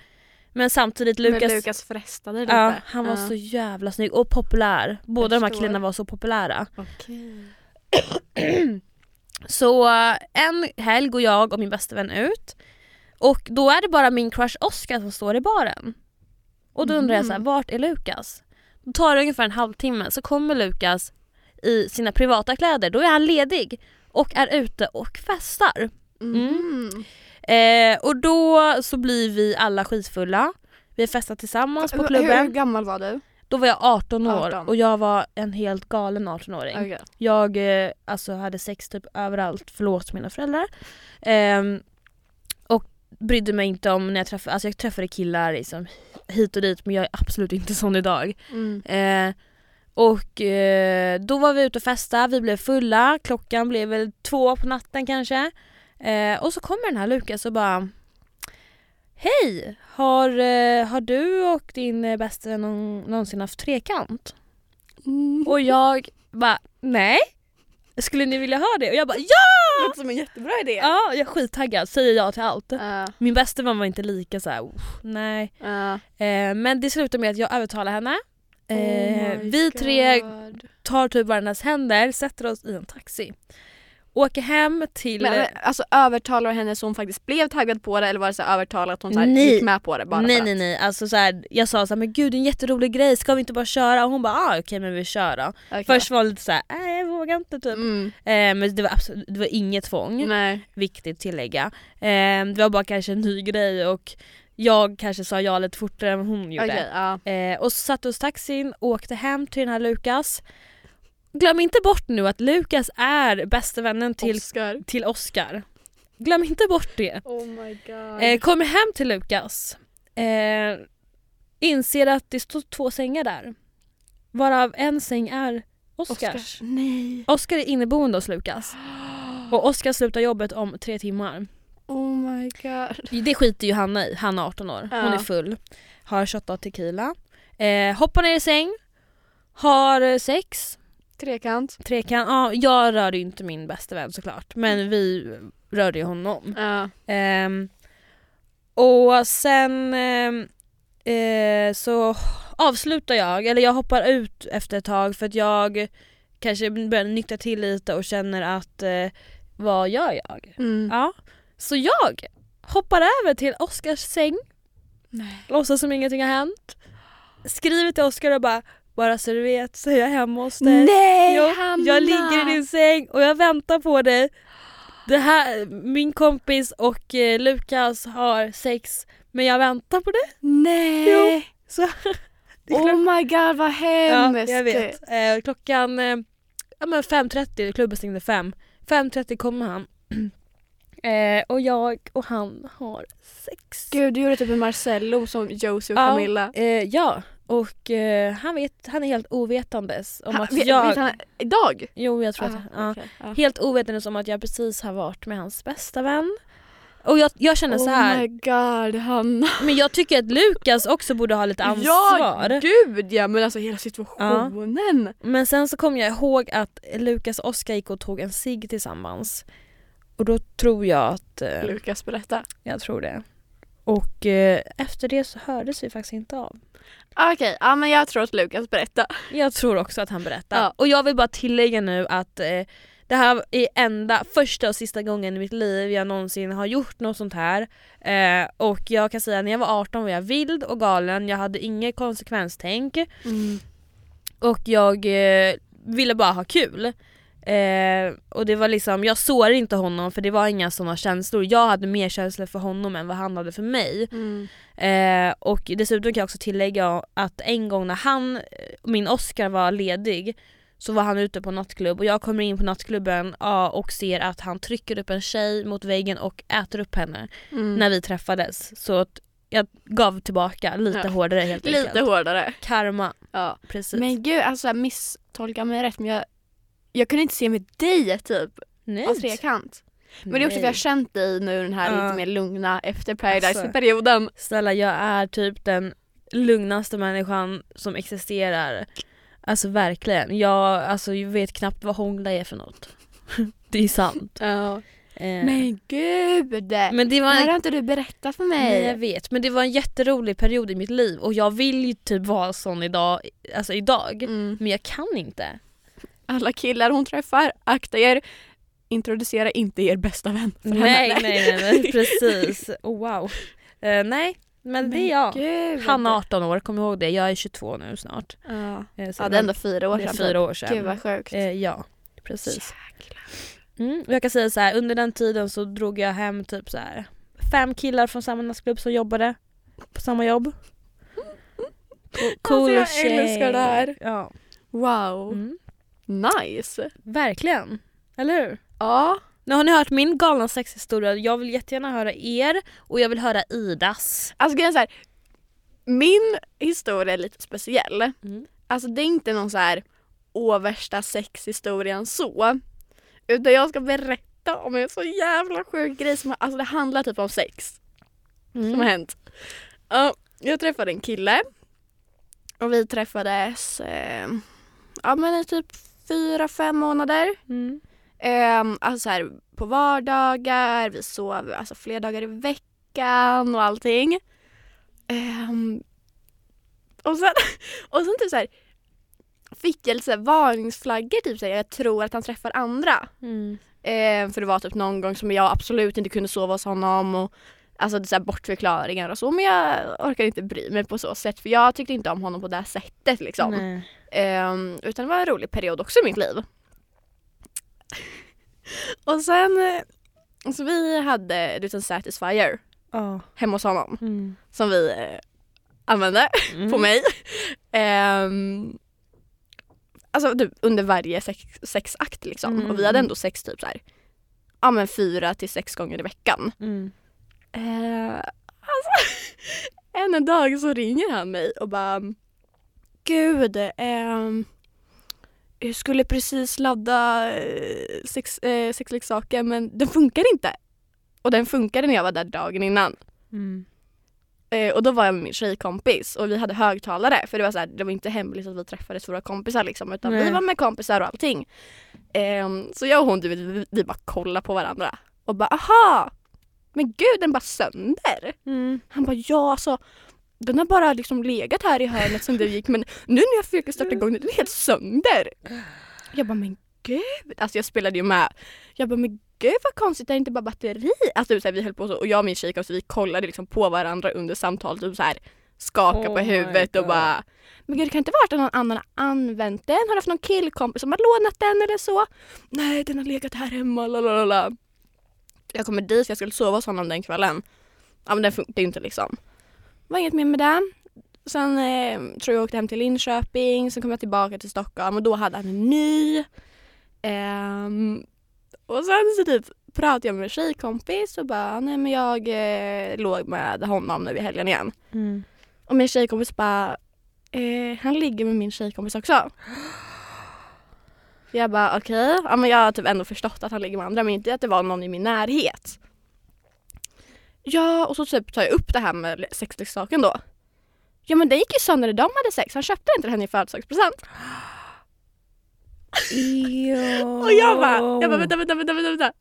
A: men samtidigt Lukas,
B: Men Lukas frestade lite.
A: ja, han var
B: Ja.
A: så jävla snygg och populär. Båda de här
B: förstår.
A: killarna var så populära.
B: Okej.
A: Så eh, en helg går jag och min bästa vän ut och då är det bara min crush Oscar som står i baren. Och då undrar jag så här, vart är Lukas? Då tar det ungefär en halvtimme så kommer Lukas i sina privata kläder, då är han ledig och är ute och festar.
B: Mm.
A: Eh, och då så blir vi alla skitfulla. Vi festar tillsammans på
B: Hur
A: klubben.
B: gammal var du?
A: Då var jag 18 år
B: 18.
A: och jag var en helt galen 18-åring.
B: Okej.
A: Jag eh, alltså, hade sex typ överallt, förlåt mina föräldrar. Ehm, och brydde mig inte om när jag träffade, alltså jag träffade killar liksom, hit och dit men jag är absolut inte sån idag.
B: Mm.
A: Eh, och eh, då var vi ute och festade, vi blev fulla, klockan blev väl två på natten kanske. Eh, och så kommer den här Lukas och bara Hej! Har, eh, har du och din eh, bästa vän någon, någonsin haft trekant?
B: Mm.
A: Och jag bara, nej. Skulle ni vilja ha det? Och jag bara, ja!
B: Låter som en jättebra idé.
A: Ja, jag är skittaggad, säger ja till allt.
B: Ja.
A: Min bästa vän var inte lika så här, "Uff, nej.
B: Ja.
A: Eh, men det slutar med att jag övertalar henne. Eh,
B: Oh my
A: vi tre
B: God.
A: tar typ varandras händer, sätter oss i en taxi. Åker hem till...
B: Men, men, alltså övertalar du henne så hon faktiskt blev taggad på det eller var det så här övertalat att hon så här,
A: Nej.
B: gick med på det bara
A: nej
B: för
A: nej
B: att?
A: nej, alltså så här, jag sa så här, men gud det är en jätterolig grej, ska vi inte bara köra? Och hon bara, ah, okej men vi kör då.
B: Okej.
A: Först var hon lite så här, nej jag vågar inte typ.
B: Mm.
A: Eh, men det var, absolut, det var inget tvång.
B: Nej.
A: viktigt tillägga. Eh, det var bara kanske en ny grej och jag kanske sa ja lite fortare än hon gjorde.
B: Okej, ja.
A: Eh, och så satte oss i taxin och åkte hem till den här Lukas. Glöm inte bort nu att Lukas är bästa vännen till,
B: Oscar.
A: till Oscar. Glöm inte bort det.
B: Oh my god.
A: Eh, kommer hem till Lukas. Eh, inser att det står två sängar där. Varav en säng är Oscars.
B: Oscars. Nej.
A: Oscar är inneboende hos Lukas. Och Oscar slutar jobbet om tre timmar.
B: Oh my god.
A: Det skiter ju Hanna i, Hanna 18 år. Hon
B: Ja.
A: är full, har shottat tequila, eh, hoppar ner i säng, har eh, sex,
B: Trekant.
A: trekant, ja jag rörde ju inte min bästa vän såklart men vi rörde ju honom.
B: Ja.
A: Ehm, och sen ehm, eh, så avslutar jag, eller jag hoppar ut efter ett tag för att jag kanske börjar nyktra till lite och känner att eh, vad gör jag?
B: Mm.
A: Ja. Så jag hoppar över till Oskars säng,
B: Nej.
A: låtsas som ingenting har hänt, skriver till Oskar och bara bara så du vet så är jag hemma hos dig.
B: Nej
A: jag,
B: Hanna!
A: jag ligger i din säng och jag väntar på dig. Det här, min kompis och eh, Lukas har sex men jag väntar på dig.
B: Nej!
A: Jo, Så, det är
B: oh my god vad
A: ja,
B: hemskt!
A: jag vet. Eh, klockan eh, ja, men 5.30, klubben stängde 5. 5.30 kommer han. Eh, och jag och han har sex.
B: Gud du gjorde typ en Marcello som Josie och
A: Ja.
B: Camilla.
A: Eh, ja, och eh, han, vet, han är helt ovetandes om
B: Han-
A: att
B: vet-
A: jag...
B: vet han- idag?
A: Jo, jag tror att...
B: Ah,
A: Ja.
B: okej. Ja.
A: Helt ovetandes om att jag precis har varit med hans bästa vän. Och jag, jag känner så
B: Oh
A: här,
B: my god Hanna.
A: men jag tycker att Lukas också borde ha lite ansvar.
B: Ja gud ja men alltså hela situationen.
A: Men sen så kom jag ihåg att Lukas och Oskar gick och tog en cigg tillsammans. Och då tror jag att... eh,
B: Lukas berätta.
A: jag tror det. Och eh, efter det så hördes vi faktiskt inte av.
B: Okej, ja men jag tror att Lukas berätta.
A: Jag tror också att han berättar.
B: Ja.
A: Och jag vill bara tillägga nu att eh, det här är enda, första och sista gången i mitt liv jag någonsin har gjort något sånt här. Eh, och jag kan säga när jag var 18 var jag vild och galen, jag hade inget konsekvenstänk Mm. och jag eh, ville bara ha kul. Eh, och det var liksom, jag sårade inte honom för det var inga sådana känslor. Jag hade mer känslor för honom än vad han hade för mig.
B: Mm,
A: Eh, och dessutom kan jag också tillägga att en gång när han, eh, min Oscar var ledig så var han ute på nattklubb och jag kommer in på nattklubben ja, och ser att han trycker upp en tjej mot väggen och äter upp henne
B: mm.
A: när vi träffades. Så att jag gav tillbaka lite
B: Ja.
A: hårdare helt enkelt.
B: Lite hårdare.
A: Karma,
B: Ja.
A: precis.
B: Men gud alltså misstolka mig rätt men jag, jag kunde inte se med dig typ
A: Nej.
B: av trekant. Men det är också för
A: Nej.
B: jag har känt dig nu den här
A: Ja.
B: lite mer lugna efter
A: Alltså.
B: Paradise-perioden.
A: Snälla jag är typ den lugnaste människan som existerar. Alltså verkligen. Jag, alltså, jag vet knappt vad hångla är för något. det är sant.
B: Ja.
A: Eh,
B: Men gud!
A: Men det
B: det
A: var
B: här har inte du berättat för mig.
A: Nej jag vet, men det var en jätterolig period i mitt liv och jag vill ju typ vara sån idag, alltså idag.
B: Mm.
A: Men jag kan inte.
B: Alla killar hon träffar, akta er. Introducera inte er bästa vän för
A: Nej, nej
B: henne.
A: nej nej precis. Oh, wow. Eh, nej men det är jag.
B: Gud.
A: Hanna 18 år, kom ihåg det. Jag är 22 nu snart.
B: Ja.
A: Eh, så
B: ja, det är ändå fyra år
A: det är
B: sedan.
A: fyra år
B: Gud
A: sedan.
B: vad sjukt.
A: Eh, ja, precis. Mm. och Jag kan säga så här, under den tiden så drog jag hem typ så här fem killar från samma nattklubb som jobbade på samma jobb. Cool
B: Alltså, jag älskar
A: tjej.
B: det här. Oh.
A: Ja.
B: Wow.
A: Mm.
B: Nice.
A: Verkligen, eller hur?
B: Ja.
A: Nu har ni hört min galna sexhistoria, jag vill jättegärna höra er och jag vill höra Idas.
B: Alltså grejen är så här. Min historia är lite speciell.
A: Mm.
B: Alltså det är inte någon så här åh värsta sexhistorien så. Utan jag ska berätta om en så jävla sjuk grej som alltså det handlar typ om sex. som har hänt. Ja, jag träffade en kille och vi träffades eh, ja, men i typ fyra, fem månader.
A: Mm.
B: Ehm, alltså så här, på vardagar, vi sov alltså fler dagar i veckan och allting. Ehm, och sen, och sen typ så här, fick jag lite så här varningsflaggor, typ så här, jag tror att han träffar andra.
A: Mm.
B: Eh, för det var typ någon gång som jag absolut inte kunde sova hos honom och alltså det är så här bortförklaringar och så men jag orkade inte bry mig på så sätt för jag tyckte inte om honom på det här sättet liksom.
A: Nej.
B: Ehm, utan det var en rolig period också i mitt liv. och sen, eh, så vi hade du vet, en Satisfyer
A: Ja.
B: hemma hos honom
A: Mm.
B: som vi eh, använde på mig. Ehm, alltså typ under varje sex, sexakt liksom.
A: Mm.
B: Och vi hade ändå sex typ såhär, ja men fyra till sex gånger i veckan.
A: Mm.
B: Eh, alltså, än en dag så ringer han mig och bara Gud, ehm, jag skulle precis ladda eh, sex, eh, sexleksaken men den funkar inte. Och den funkade när jag var där dagen innan.
A: Mm.
B: Eh, och då var jag med min tjejkompis och vi hade högtalare för det var, så här, det var inte hemligt att vi träffades våra kompisar liksom utan vi
A: Nej.
B: var med kompisar och allting. Ehm, så jag och hon, du vet, vi, vi bara kollade på varandra och bara aha! Men gud den bara sönder!
A: Mm.
B: Han bara ja alltså den har bara liksom legat här i hörnet sen du gick men nu när jag försöker starta igång den, den är helt sönder. Jag bara men gud, alltså jag spelade ju med. Jag bara men gud vad konstigt, det är inte bara batteri. Alltså du, så här, vi höll på så och jag och min tjejkompis vi kollade liksom på varandra under samtalet typ så här skakar på
A: Oh my
B: huvudet och
A: God.
B: bara Men gud det kan inte vara att någon annan har använt den? Har du haft någon killkompis som har lånat den eller så? Nej den har legat här hemma lalalala. Jag kommer dit för jag skulle sova hos honom den kvällen. Ja men den funkade ju inte liksom. Det var inget mer med det. Sen eh, tror jag åkte hem till Linköping, sen kom jag tillbaka till Stockholm och då hade han en ny. Ehm, och sen så typ pratade jag med en tjejkompis och bara nej men jag eh, låg med honom nu i helgen igen.
A: Mm.
B: Och min tjejkompis bara eh, han ligger med min tjejkompis också. Jag bara okej, ja, men jag har typ ändå förstått att han ligger med andra men inte att det var någon i min närhet. Ja och så typ tar jag upp det här med sexleksaken då. Ja men den gick ju sönder när de hade sex, han köpte inte den henne i födelsedagspresent. Och jag bara, jag bara vänta, vänta, vänta, vänta, vänta.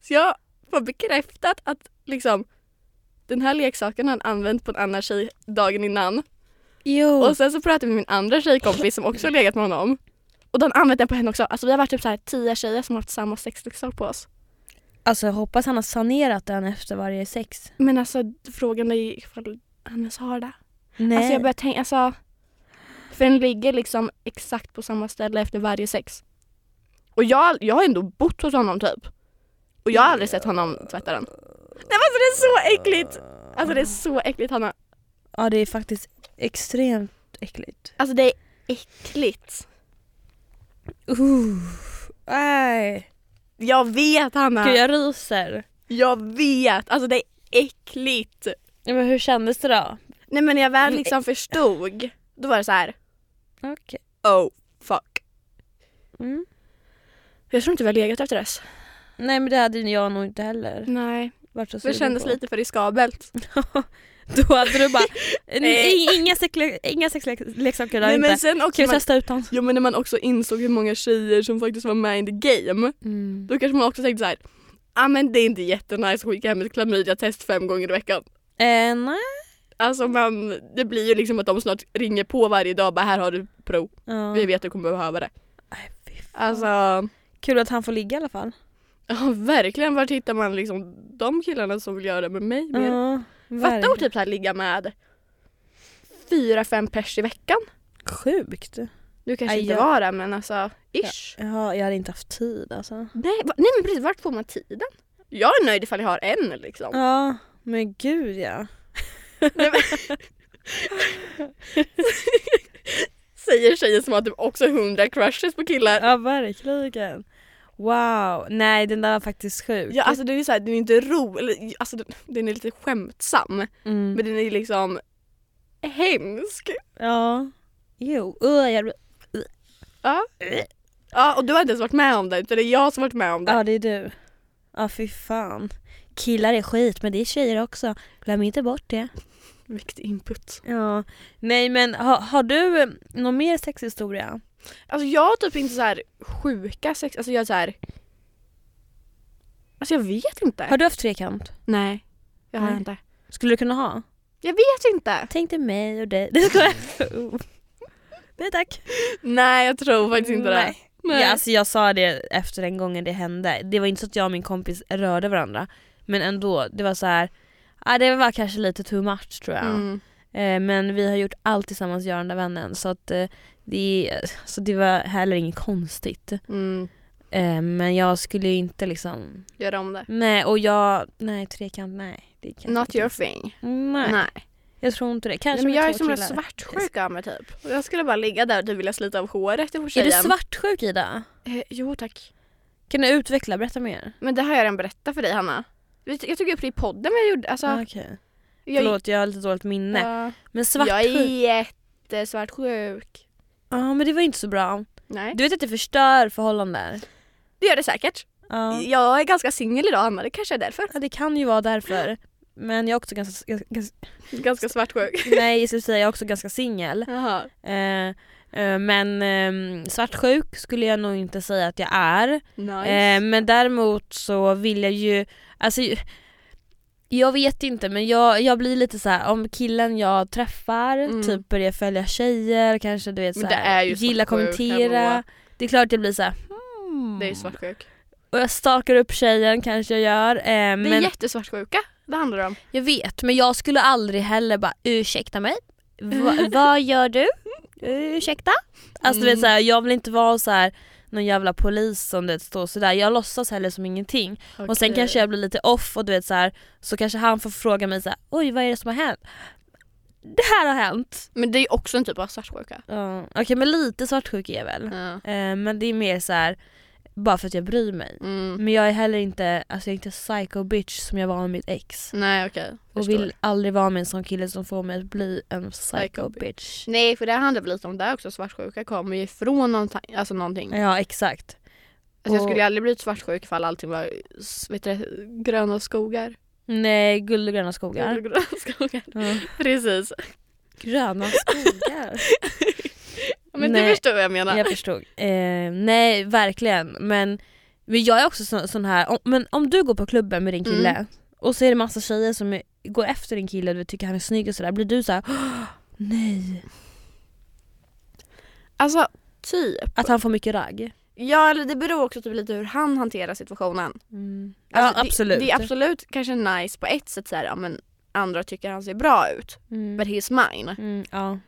B: Så jag får bekräftat att liksom den här leksaken har han använt på en annan tjej dagen innan.
A: Jo.
B: Och sen så pratade jag med min andra tjejkompis som också har legat med honom. Och den använt den på henne också. Alltså vi har varit typ så här tio tjejer som har haft samma sexleksak på oss.
A: Alltså jag hoppas han har sanerat den efter varje sex.
B: Men alltså frågan är ju ifall han ens har det.
A: Nej.
B: Alltså jag börjar tänka, alltså. För den ligger liksom exakt på samma ställe efter varje sex. Och jag, jag har ändå bott hos honom typ. Och jag har aldrig sett honom tvätta den. Nej men alltså det är så äckligt! Alltså det är så äckligt Hanna.
A: Ja det är faktiskt extremt äckligt.
B: Alltså det är äckligt.
A: Uh. Nej.
B: Jag vet Hanna!
A: Gud jag ryser.
B: Jag vet! Alltså det är äckligt.
A: Ja, Men hur kändes det då?
B: Nej men när jag väl
A: Men-
B: liksom förstod, då var det så här.
A: Okej.
B: oh fuck.
A: Mm.
B: Jag tror inte vi har legat efter dess.
A: Nej men det hade jag nog inte heller
B: Nej,
A: varit så
B: det
A: sugen
B: kändes
A: på.
B: lite för riskabelt.
A: Då hade du bara,
B: Nej.
A: "Ing- inga, sexle- inga sexleksaker där
B: Nej
A: inte.
B: men sen också
A: Ska vi
B: man-
A: testa ut dem?
B: Jo men när man också insåg hur många tjejer som faktiskt var med in the game,
A: Mm.
B: då kanske man också tänkte så här. Ja ah, men det är inte jättenice att skicka hem ett klamydia-test fem gånger i veckan.
A: Eh, nej.
B: Alltså man, det blir ju liksom att de snart ringer på varje dag och bara här har du prov,
A: Ja.
B: vi vet att du kommer behöva det.
A: Aj, fy fan.
B: Alltså,
A: Kul att han får ligga i alla fall.
B: ja verkligen var hittar man liksom de killarna som vill göra det med mig mer?
A: Ja,
B: Fatta
A: verkligen.
B: att typ så här ligga med fyra, fem pers i veckan.
A: Sjukt.
B: Du kanske
A: Aj,
B: inte
A: ja.
B: var det men alltså, ish.
A: Ja, jag hade inte haft tid alltså.
B: Nej, va, nej men precis, vart får man tiden? Jag är nöjd ifall jag har en liksom.
A: Ja, men gud ja.
B: Nej, men... Säger tjejer som har typ också 100 crushes på killar.
A: Ja, verkligen. Wow, nej den där var faktiskt sjuk.
B: Ja alltså den är såhär, den är inte rolig, alltså den, den är lite skämtsam.
A: Mm.
B: Men den är liksom hemsk.
A: Ja. Jo, uh, jag...
B: Ja och du har inte ens varit med om det utan det är jag som varit med om det.
A: ja det är du. Ja fy fan. Killar är skit men det är tjejer också. Glöm inte bort det.
B: Viktig input.
A: Ja. Nej men ha, har du eh, någon mer sexhistoria?
B: Alltså jag har typ inte så här sjuka sex, alltså jag är såhär Alltså jag vet inte.
A: Har du haft trekant?
B: Nej, jag har
A: Nej.
B: inte.
A: Skulle du kunna ha?
B: Jag vet inte.
A: Tänk dig mig och dig. Det ska jag. Nej tack.
B: Nej jag tror faktiskt inte det.
A: Nej. Ja, alltså jag sa det efter den gången det hände. Det var inte så att jag och min kompis rörde varandra. Men ändå, det var så här. Ja, det var kanske lite too much tror jag.
B: Mm.
A: Eh, men vi har gjort allt tillsammans, jag och den där vännen. Så, att, eh, det, så det var heller inget konstigt.
B: Mm.
A: Eh, men jag skulle ju inte liksom...
B: Gör om det.
A: Nej, och jag... Nej, trekant, nej. Det kan jag
B: Not
A: inte.
B: your thing.
A: Nej, jag tror inte det. Kanske
B: Nej, men
A: med
B: jag
A: två
B: är som en
A: killar.
B: svartsjuk av mig typ. Och Jag skulle bara ligga där och typ vilja slita av håret på
A: Är
B: tjejen.
A: du svartsjuk Ida?
B: Eh, jo tack.
A: Kan du utveckla, berätta mer?
B: Men det har jag redan berättat för dig Hanna. Vi- Jag tog upp det i podden men jag gjorde, alltså.
A: Ah, Okej.
B: jag,
A: Förlåt, jag har lite dåligt minne.
B: Ja.
A: Men svartsjuk?
B: Jag är
A: Ja,
B: jättesvartsjuk.
A: men det var inte så bra.
B: Nej.
A: Du vet att det förstör förhållanden?
B: Det gör det säkert.
A: Ja.
B: Jag är ganska singel idag Hanna, det kanske är därför.
A: ja, det kan ju vara därför. Men jag är också ganska... ganska, ganska
B: Ganska svartsjuk.
A: nej, jag skulle säga jag är också ganska singel.
B: Jaha.
A: Eh, eh, men ehm, svartsjuk skulle jag nog inte säga att jag är.
B: Nice.
A: Eh, men däremot så vill jag ju, alltså ju- jag vet inte men jag, jag blir lite så här om killen jag träffar
B: Mm.
A: typ börjar följa tjejer, kanske du vet
B: Men
A: så
B: det
A: här,
B: är ju
A: gilla
B: svartsjuk,
A: kommentera.
B: hallå.
A: Det är klart jag blir så här. hmm.
B: Det är ju svartsjuk.
A: Och jag stalkar upp tjejen kanske jag gör. Eh,
B: Vi är
A: men
B: jättesvartsjuka. Det handlar det om.
A: jag vet, men jag skulle aldrig heller bara ursäkta mig,
E: Va, vad gör du? Ursäkta?
A: Alltså du vet såhär, jag vill inte vara så här någon jävla polis som det står sådär. Jag låtsas heller som ingenting. Och sen kanske jag blir lite off och du vet så här, så kanske han får fråga mig såhär, oj vad är det som har hänt? Det här har hänt.
B: Men det är ju också en typ av svartsjuka.
A: Ja, Okej men lite svartsjuk är jag väl.
B: Ja.
A: Eh, men det är mer så här bara för att jag bryr mig.
B: Mm.
A: Men jag är heller inte, alltså jag är inte psycho bitch som jag var med mitt ex.
B: Nej okej.
A: Och
B: Förstår.
A: vill aldrig vara med en sån kille som får mig att bli en
B: Psycho
A: psycho
B: bitch.
A: bitch.
B: Nej för det handlar väl lite om det också, svartsjuka kommer ju ifrån någonting. Alltså någonting.
A: Ja exakt.
B: Alltså, jag
A: Och-
B: skulle ju aldrig blivit svartsjuk ifall allting var s- vet du, det, gröna skogar.
A: Nej, guld och gröna skogar.
B: Gröna skogar.
A: Ja.
B: Precis.
A: Gröna skogar.
B: Men du
A: Nej.
B: förstår vad jag menar.
A: Jag förstod. Eh, nej, verkligen. Men, men jag är också sån, sån här, om, men om du går på klubben med din kille
B: Mm.
A: och så är det massa tjejer som är, går efter din kille och du tycker han är snygg och sådär, blir du så här: "Åh, nej,
B: Alltså typ.
A: att han får mycket ragg?
B: Ja eller det beror också typ lite hur han hanterar situationen.
A: ja
B: Alltså,
A: absolut.
B: Det, det är absolut kanske nice på ett sätt så här, ja, men andra tycker han ser bra ut. But
A: mm.
B: he's mine.
A: Mm, ja.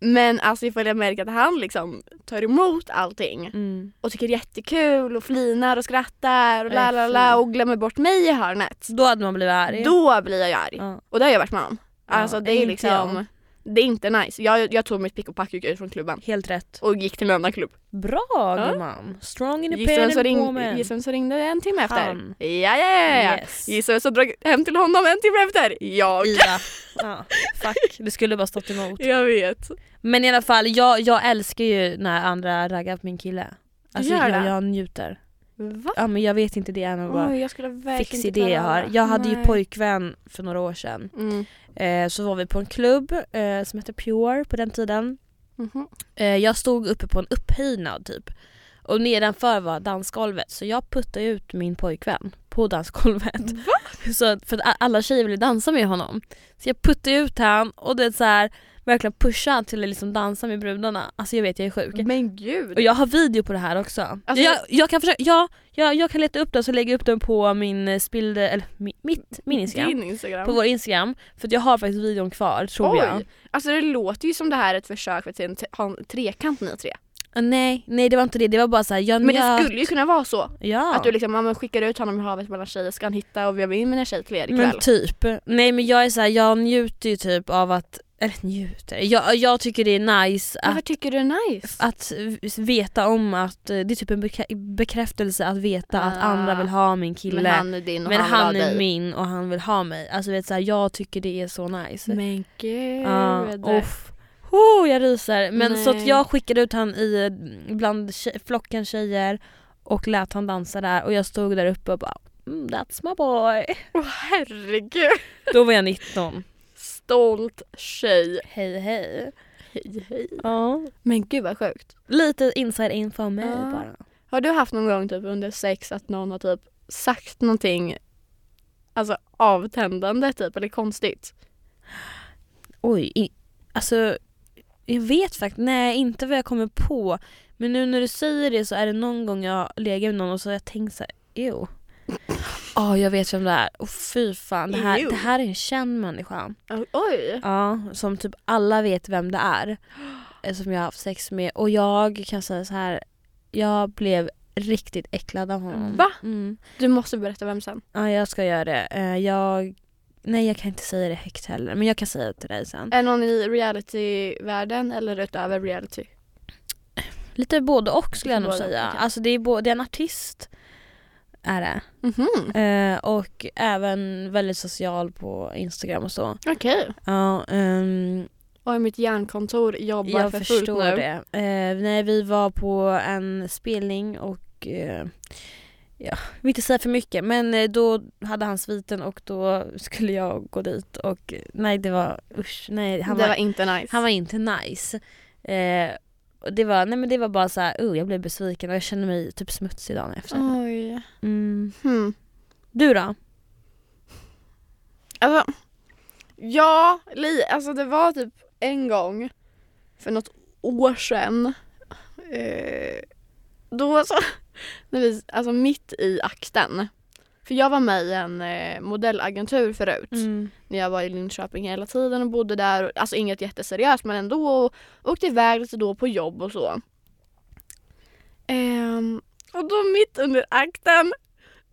B: Men alltså ifall jag märker att han liksom tar emot allting
A: Mm.
B: och tycker det är jättekul och flinar och skrattar och
A: Nej,
B: la la la
A: fy.
B: och glömmer bort mig i hörnet.
A: Då hade man blivit arg.
B: Då blir jag ju arg.
A: Ja.
B: Och det har jag varit med om.
A: Ja,
B: Alltså det är
A: inte
B: liksom, det är inte nice. Jag, jag tog mitt pick och pack och gick ut från klubben
A: Helt rätt.
B: och gick till en annan klubb.
A: Bra gumman. Strong
B: Gissa vem
A: independent
B: som ring-
A: woman.
B: gissa vem som ringde en timme efter?
A: Han.
B: Ja, ja, ja, ja.
A: Yes.
B: Gissa vem som drog hem till honom en timme efter? Jag.
A: Ida. Ja, fuck. Det skulle bara stått emot.
B: Jag vet.
A: Men i alla fall, jag, jag älskar ju när andra raggar på min kille. Alltså
B: Gör
A: jag,
B: det?
A: jag njuter.
B: Va?
A: Ja men jag vet inte det är någon bara
B: Oj, jag skulle verkligen
A: fix
B: inte
A: idé
B: klara
A: jag
B: av
A: har.
B: det.
A: Jag hade ju
B: Nej.
A: pojkvän för några år sedan.
B: Mm.
A: Eh, så var vi på en klubb eh, som hette Pure på den tiden.
B: Mhm.
A: Eh, jag stod uppe på en upphöjnad typ. Och nedanför var dansgolvet så jag puttade ut min pojkvän på dansgolvet. Så, att- för att a- alla tjejer ville dansa med honom. Så jag puttade ut han och det är så här, verkligen pushade han till att liksom dansa med brudarna. Alltså jag vet jag är sjuk.
B: Men gud.
A: Och jag har video på det här också.
B: Mm. Alltså-
A: jag, jag, kan försöka, ja, jag, jag kan leta upp den så lägger jag upp den på min eh, spill, eller mi- mitt, min Instagram.
B: Din Instagram.
A: På vår Instagram. För att jag har faktiskt videon kvar tror
B: Oj.
A: jag.
B: Alltså det låter ju som det här är ett försök för att en- ha en trekant ni tre.
A: Ah, nej, nej det var inte det. Det var bara såhär, jag
B: Men det
A: njöt.
B: skulle ju kunna vara så.
A: Ja.
B: Att du liksom ja, men skickar ut honom i havet mellan tjejer, ska han hitta och veva in mina tjejer till er ikväll?
A: men typ. Nej men jag är såhär, jag njuter ju typ av att, eller njuter, jag, jag tycker det är nice att
B: Varför tycker du det är nice?
A: att veta om att, eh, det är typ en bekrä- bekräftelse att veta att
B: Ah.
A: andra vill ha min kille.
B: men han är din och
A: Men
B: han, vill ha
A: han är
B: dig.
A: min och han vill ha mig. Alltså vet så här, jag tycker det är så nice.
B: Men gud.
A: Ja, uff. Oh, jag ryser. Men så att
B: Nej.
A: jag skickade ut han i eh, bland tje- flocken tjejer och lät han dansa där och jag stod där uppe och bara mm, that's my boy.
B: Åh herregud.
A: Då var jag 19.
B: Stolt tjej.
A: Hej hej.
B: Hej hej.
A: Ja.
B: Men gud vad sjukt.
A: Lite inside info om mig
B: Ja.
A: bara.
B: Har du haft någon gång typ under sex att någon har typ sagt någonting alltså avtändande typ eller konstigt?
A: Oj, i, alltså jag vet faktiskt, nej inte vad jag kommer på. Men nu när du säger det så är det någon gång jag har legat med någon och så har jag tänkt såhär, ew. Ja, jag vet vem det är. Och fy fan, det här,
B: Ew.
A: det här är en känd människa.
B: Alltså, Oj.
A: Ja, som typ alla vet vem det är. eh, Som jag har haft sex med. Och jag kan säga så här. jag blev riktigt äcklad av honom.
B: Va?
A: Mm.
B: Du måste berätta vem sen.
A: Ja, jag ska göra det. Eh, Jag... Nej, jag kan inte säga det högt heller. Men jag kan säga det till dig sen.
B: Är det någon i realityvärlden eller utöver reality?
A: Lite både och skulle jag
B: Lite
A: nog
B: både och,
A: säga.
B: okej.
A: Alltså det är, både, det är en artist är det.
B: Mhm.
A: Eh, och även väldigt social på Instagram och så.
B: Okej.
A: Ja, ehm,
B: Oj, mitt hjärnkontor jobbar
A: jag
B: för fullt
A: förstår
B: nu.
A: det. Eh, nej, vi var på en spelning och eh, ja, jag vill inte säga för mycket men eh, då hade han sviten och då skulle jag gå dit och eh, nej det var usch, nej han
B: det
A: var
B: var inte nice.
A: Han var inte nice. Eh, och det, var, nej men det var bara så här, oh, jag blev besviken och jag kände mig typ smutsig dagen efter.
B: Oj.
A: Mm.
B: Hmm.
A: Du då?
B: Alltså, ja, li, alltså det var typ en gång för något år sedan. Eh, då så, när vi, alltså mitt i akten. För jag var med i en eh, modellagentur förut.
A: Mm.
B: När jag var i Linköping hela tiden och bodde där. Och- Alltså inget jätteseriöst men ändå. Och åkte iväg lite då på jobb och så. Ehm, och då mitt under akten.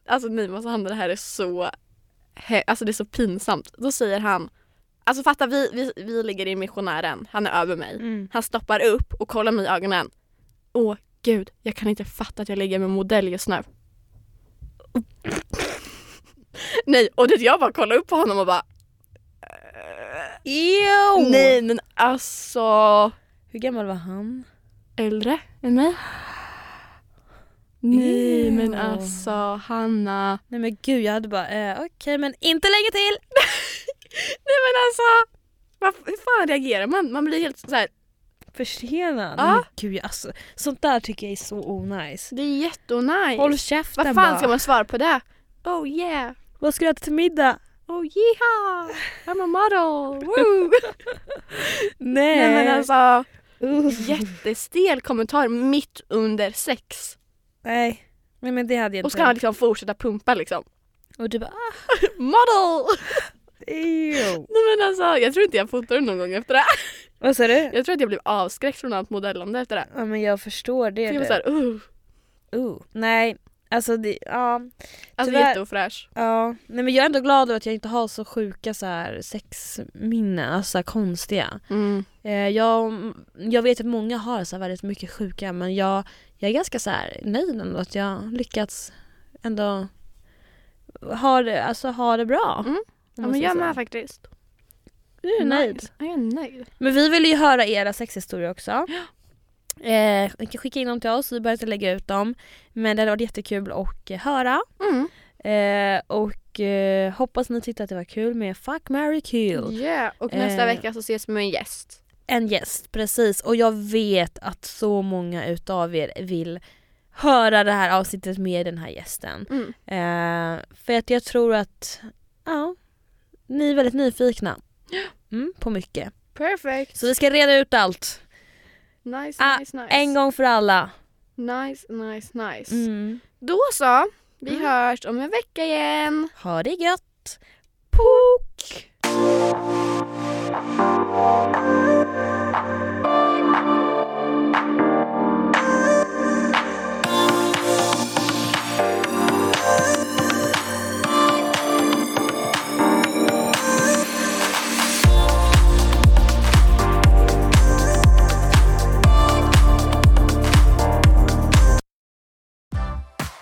B: Alltså ni måste handla det här är så he- Alltså det är så pinsamt. Då säger han. Alltså fatta vi, vi, vi ligger i missionären. Han är över mig.
A: Mm.
B: Han stoppar upp och kollar mig i ögonen. Åh gud, jag kan inte fatta att jag ligger med modell just nu. nej, och det jag bara kollar upp på honom och bara
A: Ew!
B: Nej men alltså
A: Hur gammal var han?
B: äldre än mig. Nej
A: Ew.
B: men alltså Hanna.
A: Nej men gud jag hade bara, eh, okej men inte länge till!
B: Nej men alltså vad, hur fan reagerar man? Man blir helt så här.
A: Försenad?
B: Ja.
A: Nej, men gud jag, alltså, sånt där tycker jag är så onajs.
B: det är jätteonajs.
A: Håll käften
B: Vad
A: bara.
B: fan ska man svara på det? Oh yeah,
A: Vad ska du äta till middag?
B: oh yeah, I'm a model, woo!
A: Nej!
B: Nej men alltså
A: Uff.
B: jättestel kommentar mitt under sex.
A: Nej. Nej men det hade jag
B: Och
A: inte.
B: ska han liksom fortsätta pumpa liksom.
A: och du bara, ah,
B: Model!
A: ew.
B: Nej men alltså jag tror inte jag fotade någon gång efter det.
A: Vad sa du?
B: Jag tror att jag blev avskräckt från allt modellande efter det.
A: Ja men jag förstår det.
B: Jag
A: du.
B: blev såhär uh,
A: Uh, nej, alltså det, ja.
B: alltså
A: Tyvärr-
B: jätteofräsch.
A: ja. Nej men jag är ändå glad över att jag inte har så sjuka så här sexminnen, alltså så här konstiga. Eh, jag, jag vet att många har så här väldigt mycket sjuka men jag, jag är ganska så här nöjd ändå att jag lyckats ändå ha det, alltså, ha det bra.
B: Mm.
A: om
B: Ja
A: man
B: men
A: säger
B: jag
A: så.
B: med Mm. faktiskt.
A: Du är nöjd.
B: Nice. Ja, Jag är nöjd.
A: Men vi vill ju höra era sexhistorier också. Eh, ni kan skicka in dem till oss, vi börjar inte lägga ut dem. Men det hade varit jättekul att eh, höra.
B: Mm.
A: Eh, och eh, hoppas ni tyckte att det var kul med Fuck, marry, kill.
B: Yeah. Och
A: Eh.
B: nästa vecka så ses vi med en gäst.
A: En gäst, precis. Och jag vet att så många utav er vill höra det här avsnittet med den här gästen.
B: Mm.
A: Eh, för att jag tror att, ja, ni är väldigt nyfikna. Mm, på mycket.
B: Perfect.
A: Så vi ska reda ut allt.
B: Nice,
A: Ah,
B: nice, nice.
A: En gång för alla.
B: Nice, nice, nice.
A: Mm.
B: Då så. Vi hörs om en vecka igen.
A: Ha det gött! Pok!